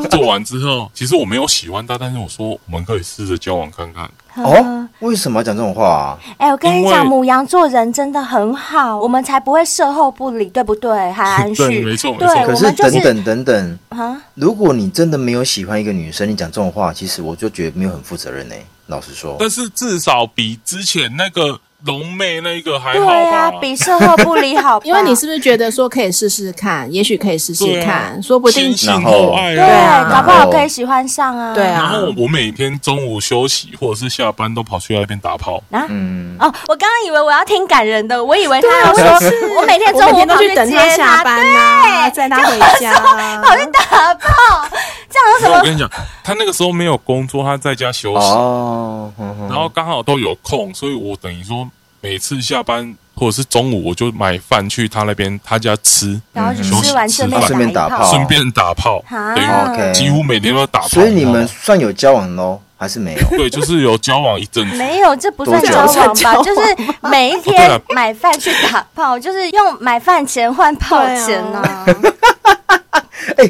S5: 做完之后，其实我没有喜欢他，但是我说我们可以试着交往看看。
S2: 哦，为什么要讲这种话啊？
S4: 哎、我跟你
S5: 因
S4: 讲，
S5: 为
S4: 母羊座人真的很好，我们才不会售后不理，对不对？海安旭，
S5: 对没错
S4: 对
S5: 没错
S2: 可
S4: 哎我
S2: 是
S4: 们就
S2: 等
S4: 是
S2: 等等等，
S4: 啊，
S2: 如果你真的没有喜欢一个女生，你讲这种话，其实我就觉得没有很负责任呢、老实说，
S5: 但是至少比之前那个龙妹那个还好
S4: 对啊
S5: 吧？，
S4: 比售后不理 好 吧，
S3: 因为你是不是觉得说可以试试看，也许可以试试
S5: 对啊
S3: 看，说不定
S5: 先
S2: 然
S5: 信
S2: 后
S5: 后爱
S4: 哦对，
S5: 啊。
S2: 啊
S4: 搞不好可以喜欢上啊，
S3: 对
S5: 然
S3: 啊
S5: 后，我每天中午休息或者是下班都跑去那边打 炮，
S4: 啊。
S2: 嗯，
S4: 哦，我刚刚以为我要听感人的，我以为他 要
S3: 对
S4: 说
S3: 啊，
S4: 我每天中
S3: 我每
S4: 午
S3: 天都
S4: 跑
S3: 去等
S4: 接
S3: 他下班啊，
S4: 对
S3: 载他回家啊，
S4: 跑去打炮，这样有什
S5: 然后我
S4: 么？
S5: 跟你讲，他那个时候没有工作，他在家休息，
S2: 哦，哼哼
S5: 然后刚好都有空，所以我等于说每次下班或者是中午，我就买饭去他那边他家吃，
S4: 然后去
S5: 休息
S4: 吃完顺
S5: 吃饭
S4: 嗯便打一
S2: 哦
S4: 炮，
S5: 顺便打炮，
S4: 啊
S5: 等于
S2: OK
S5: 几乎每天都在打炮。
S2: 所以你们
S5: 知道吗
S2: 算有交往喽，还是 没有？
S5: 对，就是有交往一阵子，
S4: 没有，这不算
S2: 多久
S4: 交往
S3: 这
S4: 吧？
S3: 不算交往吧
S4: 就是每一
S5: 哦对
S4: 天
S5: 啊
S4: 买饭去打 炮，就是用买饭钱换炮钱啊呢、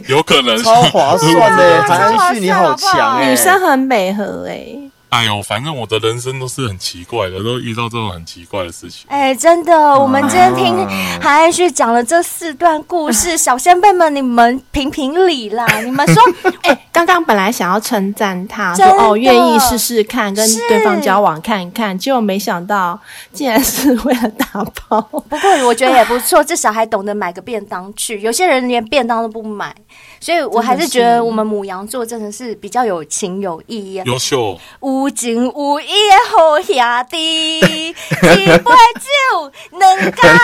S5: 有可能是
S2: 哎超划 算的、
S4: 啊
S2: 韩安旭你好强哎、
S3: 女生很美和哎、
S4: 欸
S5: 哎呦，反正我的人生都是很奇怪的，都遇到这种很奇怪的事情。
S4: 哎、真的，我们今天听韩安旭讲了这四段故 事，小先辈们，你们评评理啦！你们说，哎、
S3: 刚刚本来想要称赞他，
S4: 真
S3: 说
S4: 的
S3: 哦愿意试试看，跟
S4: 是
S3: 对方交往看看，结果没想到竟然是为了打包。
S4: 不过我觉得也不错，至少还懂得买个便当去。有些人连便当都不买，所以我还是觉得我们母羊座真的是比较有情有义呀、
S5: 优秀，
S4: 有情有义的好兄弟，一杯酒能干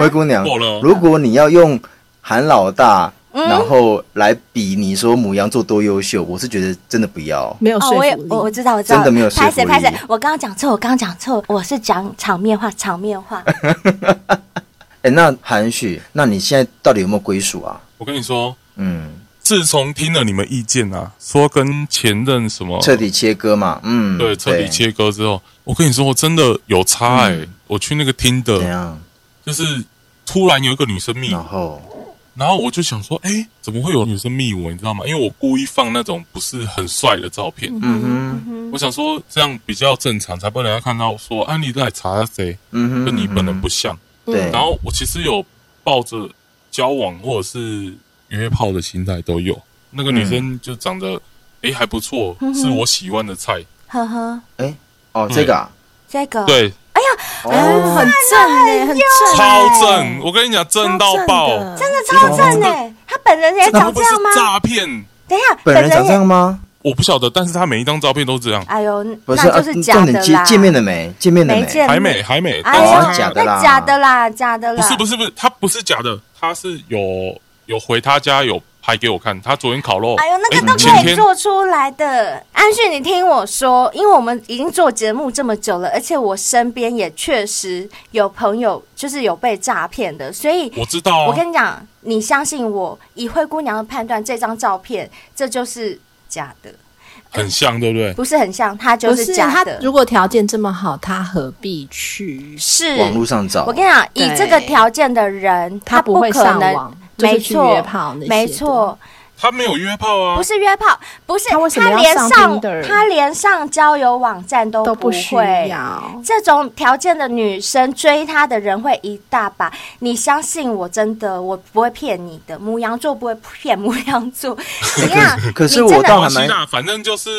S2: 灰
S4: 饮。
S2: 姑娘
S5: 够了，
S2: 如果你要用韩老大然后来比你说母羊座多优秀，我是觉得真的不要。
S3: 没有
S4: 哦，
S3: 说
S4: 我也
S3: 服力。
S4: 我我知道，我知道，
S2: 真的没有说
S4: 拍谁
S2: 服
S4: 拍谁
S2: 力，
S4: 我刚刚讲错，我刚刚讲错，我是讲场面话，场面 话。
S2: 哎，那韩旭，那你现在到底有没有归属啊？
S5: 我跟你说，
S2: 嗯，
S5: 自从听了你们意见啊，说跟前任什么
S2: 彻底切割嘛，嗯，
S5: 哦对彻底，切割之后，我跟你说，我真的有差哎、
S2: 嗯
S5: 我去那个听
S2: 怎
S5: 的，
S2: 样？嗯
S5: 就是突然有一个女生密
S2: 然后，
S5: 然后我就想说，哎，怎么会有女生密我？你知道吗？因为我故意放那种不是很帅的照片，
S2: 嗯哼，
S5: 我想说这样比较正常，才不会人家看到说，啊，你奶茶谁
S2: 嗯哼，
S5: 跟你本人不
S2: 嗯
S5: 像。
S2: 哼对，
S5: 然后我其实有抱着交往或者是约炮的心态都有。那个女生就长得
S4: 嗯
S5: 诶还不错，是我喜欢的菜。
S4: 呵呵，
S2: 哎，哦，
S5: 嗯
S2: 这个啊，
S4: 这个，欸
S5: 对，
S4: 哎
S2: 哦，
S6: 很正哎、很正，
S5: 超正！我跟你讲，正到爆！
S6: 真
S4: 真的超正哎！他本人也
S5: 那会
S4: 长
S5: 不
S4: 哎这
S5: 会是
S4: 样吗？
S5: 诈骗？
S4: 等一下，
S2: 本人长这
S4: 也，
S2: 样吗？
S5: 我不晓得，但是她每一张照片都这样。
S4: 哎呦，
S2: 不是，
S4: 那
S2: 啊
S4: 就是假
S2: 重
S4: 的
S2: 点见
S4: 啦。
S2: 见面了没？见面了
S4: 没见，
S5: 还美，还美，
S4: 哎
S5: 但
S2: 哦
S5: 是
S4: 呦，
S2: 假的啦
S4: 那假的啦，假的
S5: 不
S4: 啦，
S5: 是不是不是，她不是假的，她是有有回她家有拍给我看，她昨天烤肉，
S4: 哎呦，那
S5: 诶
S4: 个都
S5: 前
S4: 可以
S5: 天
S4: 做出来的。哎安旭，你听我说，因为我们已经做节目这么久了，而且我身边也确实有朋友就是有被诈骗的，所以
S5: 我知道
S4: 我
S5: 啊，
S4: 跟你讲，你相信我，以灰姑娘的判断，这张照片这就是假的，
S5: 很像，对不对？
S4: 不是很像，它就
S3: 不是
S4: 假
S3: 他
S4: 的，
S3: 如果条件这么好，他何必去？
S4: 是
S2: 网络上找
S4: 我，跟你讲，以
S3: 对
S4: 这个条件的人，
S3: 他不
S4: 不
S3: 会
S4: 可
S3: 上
S4: 能
S3: 网，就是
S4: 没
S3: 去
S4: 错
S3: 约炮那些的
S4: 没错，
S5: 她没有约炮
S2: 哦
S5: 啊，
S4: 不是约炮，不是
S3: 他为什么要
S4: 连
S3: 上
S4: 上
S3: Tinder？
S4: 他连上交友网站都
S3: 都不需
S4: 会。
S3: 要。
S4: 这种条件的女生追她的人会一大把，你相信我，真的，我不会骗你的。母羊座不会骗母羊 座，怎样？
S2: 可是
S4: 你真
S2: 我
S4: 的
S2: 倒
S5: 没
S2: 还
S5: 关系
S2: 蛮
S5: 啦，啊反正就是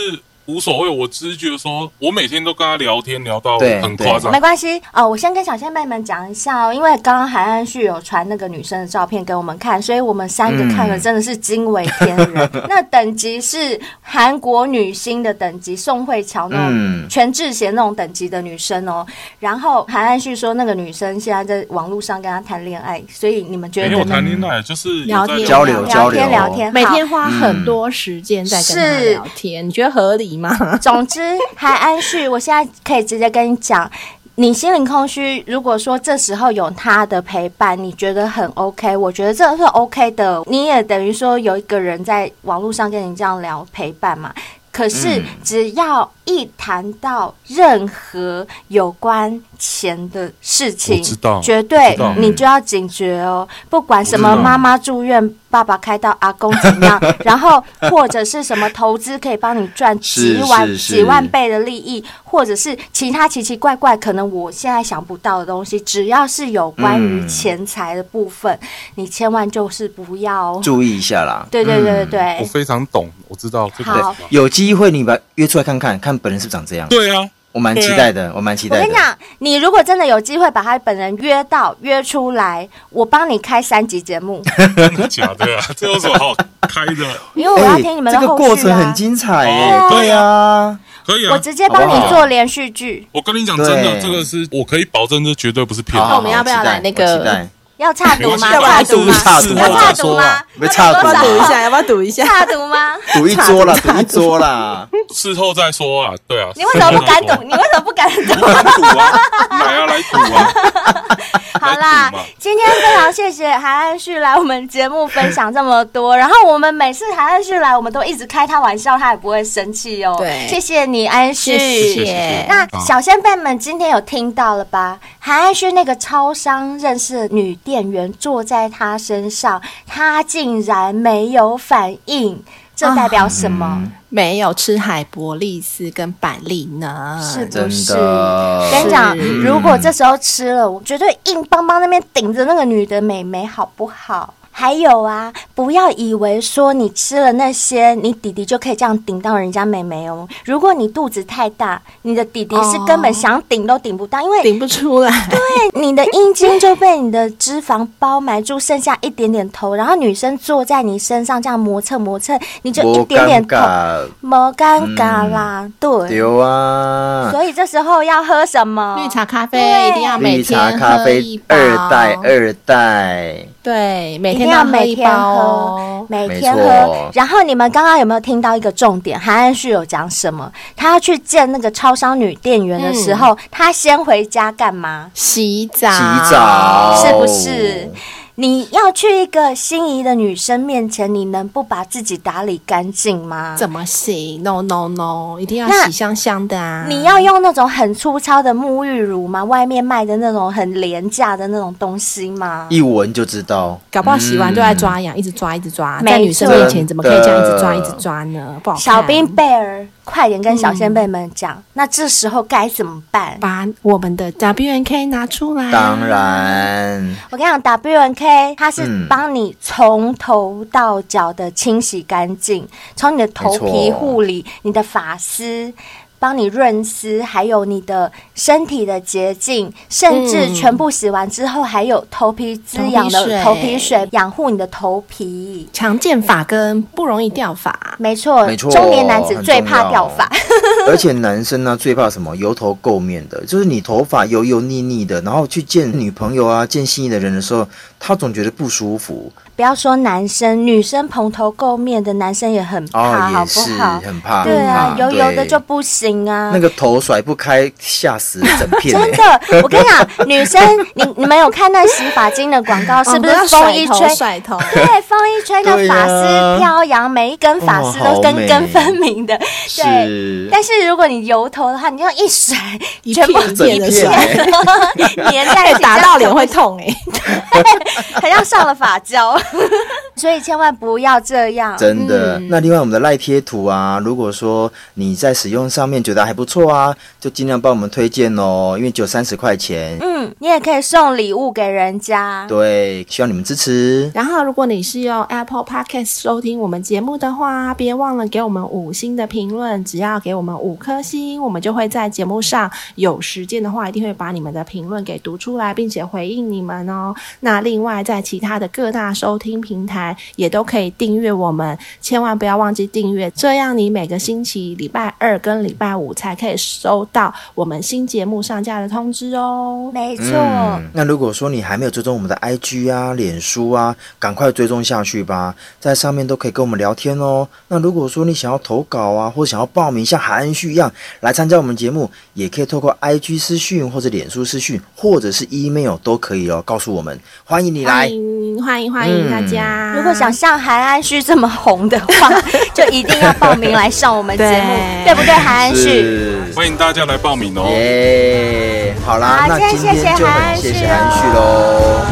S5: 无所谓。我只是觉得说，我每天都跟他聊天，聊到
S2: 对
S5: 很夸张
S4: 没。关系哦，我先跟小仙妹们讲一下哦，因为刚刚韩安旭有传那个女生的照片给我们看，所以我们三个看了真的是惊为天人。 那等级是韩国女星的等级，宋慧乔那种、
S2: 嗯
S4: 全智贤那种等级的女生哦。然后韩安旭说，那个女生现在在网络上跟他谈恋爱，所以你们觉
S5: 没
S4: 得
S5: 有
S4: 呢？
S5: 谈恋爱，就是
S3: 聊天
S2: 交流
S4: 聊
S2: 交流
S4: 天聊天，
S3: 每
S4: 好嗯
S3: 天花很多时间在跟他
S4: 是
S3: 聊天，你觉得合理 吗？
S4: 总之，韩安旭，我现在可以直接跟你讲，你心灵空虚，如果说这时候有他的陪伴，你觉得很 OK，我觉得这是 OK 的。你也等于说有一个人在网络上跟你这样聊陪伴嘛。可是
S2: 嗯，
S4: 只要一谈到任何有关钱的事情，
S5: 我知道
S4: 绝对
S5: 我知道
S4: 你就要警觉哦。不管什么
S5: 我知道
S4: 妈妈住院，爸爸开刀，阿公怎 样，然后或者是什么投资可以帮你赚
S2: 是
S4: 几万
S2: 是是
S4: 几万倍的利益，或者是其他奇奇怪怪，可能我现在想不到的东西，只要是有关于
S2: 嗯
S4: 钱财的部分，你千万就是不要哦。
S2: 注意一下啦。
S4: 对对对对
S2: 嗯
S5: 我
S4: 对，
S5: 非常懂，我知道这
S4: 好
S5: 个。
S2: 有机会你把约出来看看，看本人是不是长这样。
S5: 对啊，
S2: 我蛮期待的，我蛮期
S4: 我
S2: 待
S4: 跟你
S2: 的。
S4: 讲，你如果真的有机会把他本人约到约出来，我帮你开三集节 目，
S5: 真的假的啊？这有什么好开的？
S4: 因为我要听你们的
S2: 哎这个
S4: 后
S2: 过
S4: 续
S2: 程
S4: 啊
S2: 很。精彩
S5: 哦
S2: 耶！
S5: 对
S2: 对啊，
S5: 可以
S4: 我
S5: 啊。
S4: 直接帮
S2: 好不
S4: 你
S2: 好
S4: 做连续剧，
S5: 我跟你讲，真的，
S2: 对
S5: 这个是我可以保证，这绝对不是骗
S2: 好，
S5: 的。
S3: 那
S4: 哦
S3: 我们要不要
S2: 期待
S3: 来那个
S2: 我期待
S4: 要差
S5: 没
S4: 赌
S5: 关 系
S4: 吗？
S5: 要不
S4: 差
S5: 然
S4: 赌
S5: 赌
S4: 吗？
S2: 差赌
S4: 要差
S5: 再
S4: 赌
S5: 说
S4: 吗
S5: 啦？
S2: 被差
S4: 要
S2: 赌
S4: 不要
S2: 了
S6: 赌
S4: 赌
S6: 一
S4: 吗
S6: 下，要不要赌一下？
S4: 差赌吗？
S2: 赌一桌啦，赌一桌 啦。
S5: 事后再说啊，对啊。
S4: 你为什么不敢
S5: 事后
S4: 赌？
S5: 再说？
S4: 你为什么不敢 赌？
S5: 来赌啊，来啊，来赌啊！
S4: 好啦
S5: 来赌嘛，
S4: 今天非常谢谢韩安旭来我们节目分享这么多。然后我们每次韩安旭来，我们都一直开他玩笑，他也不会生气哦。
S6: 对
S4: 谢谢你，安旭。
S5: 谢谢谢谢
S4: 那
S5: 好
S4: 小先辈们今天有听到了吧？韩安旭那个超商认识的女店员坐在他身上，他竟然没有反应，这代表什么？
S5: 嗯
S3: 没有吃海博利斯跟板栗呢，
S4: 是不
S2: 真
S4: 是？
S2: 的
S4: 跟你讲，
S3: 是
S4: 如果这时候吃了，我绝对硬邦邦那边顶着那个女的美眉，好不好？还有啊，不要以为说你吃了那些，你弟弟就可以这样顶到人家美眉哦。如果你肚子太大，你的弟弟是
S3: 哦
S4: 根本想顶都顶不到，因为
S2: 哦
S3: 顶不出来。
S4: 对，你的阴茎就被你的脂肪包埋住，剩下一点点头，然后女生坐在你身上这样磨蹭磨蹭，你就一
S2: 我
S4: 点
S2: 尴
S4: 点头，
S2: 尬，嗯
S4: 没尴尬啦，对。
S2: 丢啊！
S4: 所以啊这时候要喝什么？
S3: 绿茶咖啡
S4: 啊对
S3: 一定要每
S2: 绿茶
S3: 天
S2: 咖
S3: 喝
S2: 啡
S3: 一包，
S2: 二代二代，
S3: 对，每
S4: 一
S3: 天
S4: 要
S3: 喝
S4: 每
S3: 一
S4: 天
S3: 包
S4: 喝，
S3: 哦。
S4: 每
S2: 没
S4: 天
S2: 错
S4: 喝。然后你们刚刚有没有听到一个重点？韩安旭有讲什么？他要去见那个超商女店员的时
S3: 嗯
S4: 候，他先回家干嘛？
S3: 洗澡，
S2: 洗澡
S4: 是不是？你要去一个心仪的女生面前，你能不把自己打理干净吗？
S3: 怎么行？No No No，一定要
S4: 那
S3: 洗香香的啊！
S4: 你要用那种很粗糙的沐浴乳吗？外面卖的那种很廉价的那种东西吗？
S3: 嗯
S2: 一闻就知道，
S3: 搞不好洗完就在
S2: 嗯
S3: 抓痒，一直抓一直抓，
S4: 没
S3: 在女生
S4: 错
S3: 面前怎么可以这样一直抓一
S2: 真的
S3: 直抓呢？不好看。
S4: 小兵贝尔，快点跟小
S3: 嗯
S4: 先辈们讲，那这时候该怎么办？
S3: 把我们的 W N K 拿出来，
S2: 嗯当。然，
S4: 我跟你讲，W N K 它是
S2: 嗯
S4: 帮你从头到脚的清洗干净，从你的头皮
S2: 没错
S4: 护理、你的发丝。帮你润丝，还有你的身体的洁净，甚至
S3: 嗯
S4: 全部洗完之后，还有头皮滋
S3: 头
S4: 养
S3: 皮
S4: 的
S3: 水
S4: 头皮水，养护你的头皮。
S3: 强健发跟不容易掉发，
S4: 没错，
S2: 没错
S4: 呃中年男子
S2: 很
S4: 最
S2: 重
S4: 怕
S2: 要
S4: 掉发。
S2: 而且男生呢、最怕什么？油头垢面的，就是你头发油油腻腻的，然后去见女朋友啊、见心仪的人的时候，他总觉得不舒服
S4: 不要说男生，女生蓬头垢面的男生也很怕，
S2: 啊、
S4: 好
S2: 也
S4: 不
S2: 是
S4: 好？
S2: 很怕，
S4: 对啊
S2: 很，怕
S4: 油油的
S2: 对
S4: 就不行啊
S2: 那。个头甩不开，吓死整 片、
S4: 真
S2: 欸。
S4: 的，我跟你讲，女生，你你们有看那洗发精的广
S2: 哦
S4: 告，是不是风一
S3: 哦甩头
S4: 吹？
S3: 甩头？
S4: 对，风一吹，那
S2: 对呀
S4: 发丝飘扬，每一根发丝都
S2: 哦
S4: 根
S2: 好美
S4: 根分明的。对，
S2: 是，
S4: 但是如果你油头的话，你这样一甩，
S3: 一
S4: 全
S3: 片
S4: 部
S3: 一片的
S2: 整
S3: 甩，
S2: 片欸
S4: 粘在一起，
S6: 打
S4: 这样
S6: 到脸会痛
S3: 欸
S6: 哎、
S4: 很像上了发 胶，所以千万不要这 样。
S2: 真的。嗯那另外我们的赖贴图啊，如果说你在使用上面觉得还不错啊，就尽量帮我们推荐哦，因为只有三十块钱。
S4: 嗯，你也可以送礼物给人家。
S2: 对，希望你们支持。
S3: 然后，如果你是用 Apple Podcast 收听我们节目的话，别忘了给我们五星的评论。只要给我们五颗星，我们就会在节目上有时间的话，一定会把你们的评论给读出来，并且回应你们哦。那另外，在其他的各大收听平台也都可以订阅我们，千万不要忘记订阅，这样你每个星期礼拜二跟礼拜五才可以收到我们新节目上架的通知哦。
S4: 没错，
S2: 嗯，那如果说你还没有追踪我们的 IG 啊、脸书啊，赶快追踪下去吧，在上面都可以跟我们聊天哦。那如果说你想要投稿啊，或想要报名像韩恩旭一样来参加我们节目，也可以透过 IG 私讯或者脸书私讯，或者是 email 都可以哦，告诉我们，欢迎你来
S3: 欢。迎欢迎欢迎大家！
S4: 如果想像韩安旭这么红的话，就一定要报名来上我们节目，
S3: 对
S4: 对不对，韩安旭？
S2: 是，
S5: 欢迎大家来报名哦。
S2: 耶、好啦，
S4: 好
S2: 那
S4: 今天
S2: 今天
S4: 谢谢
S2: 就
S4: 韩
S2: 很
S4: 旭
S2: 谢谢
S4: 哦
S2: 韩旭喽。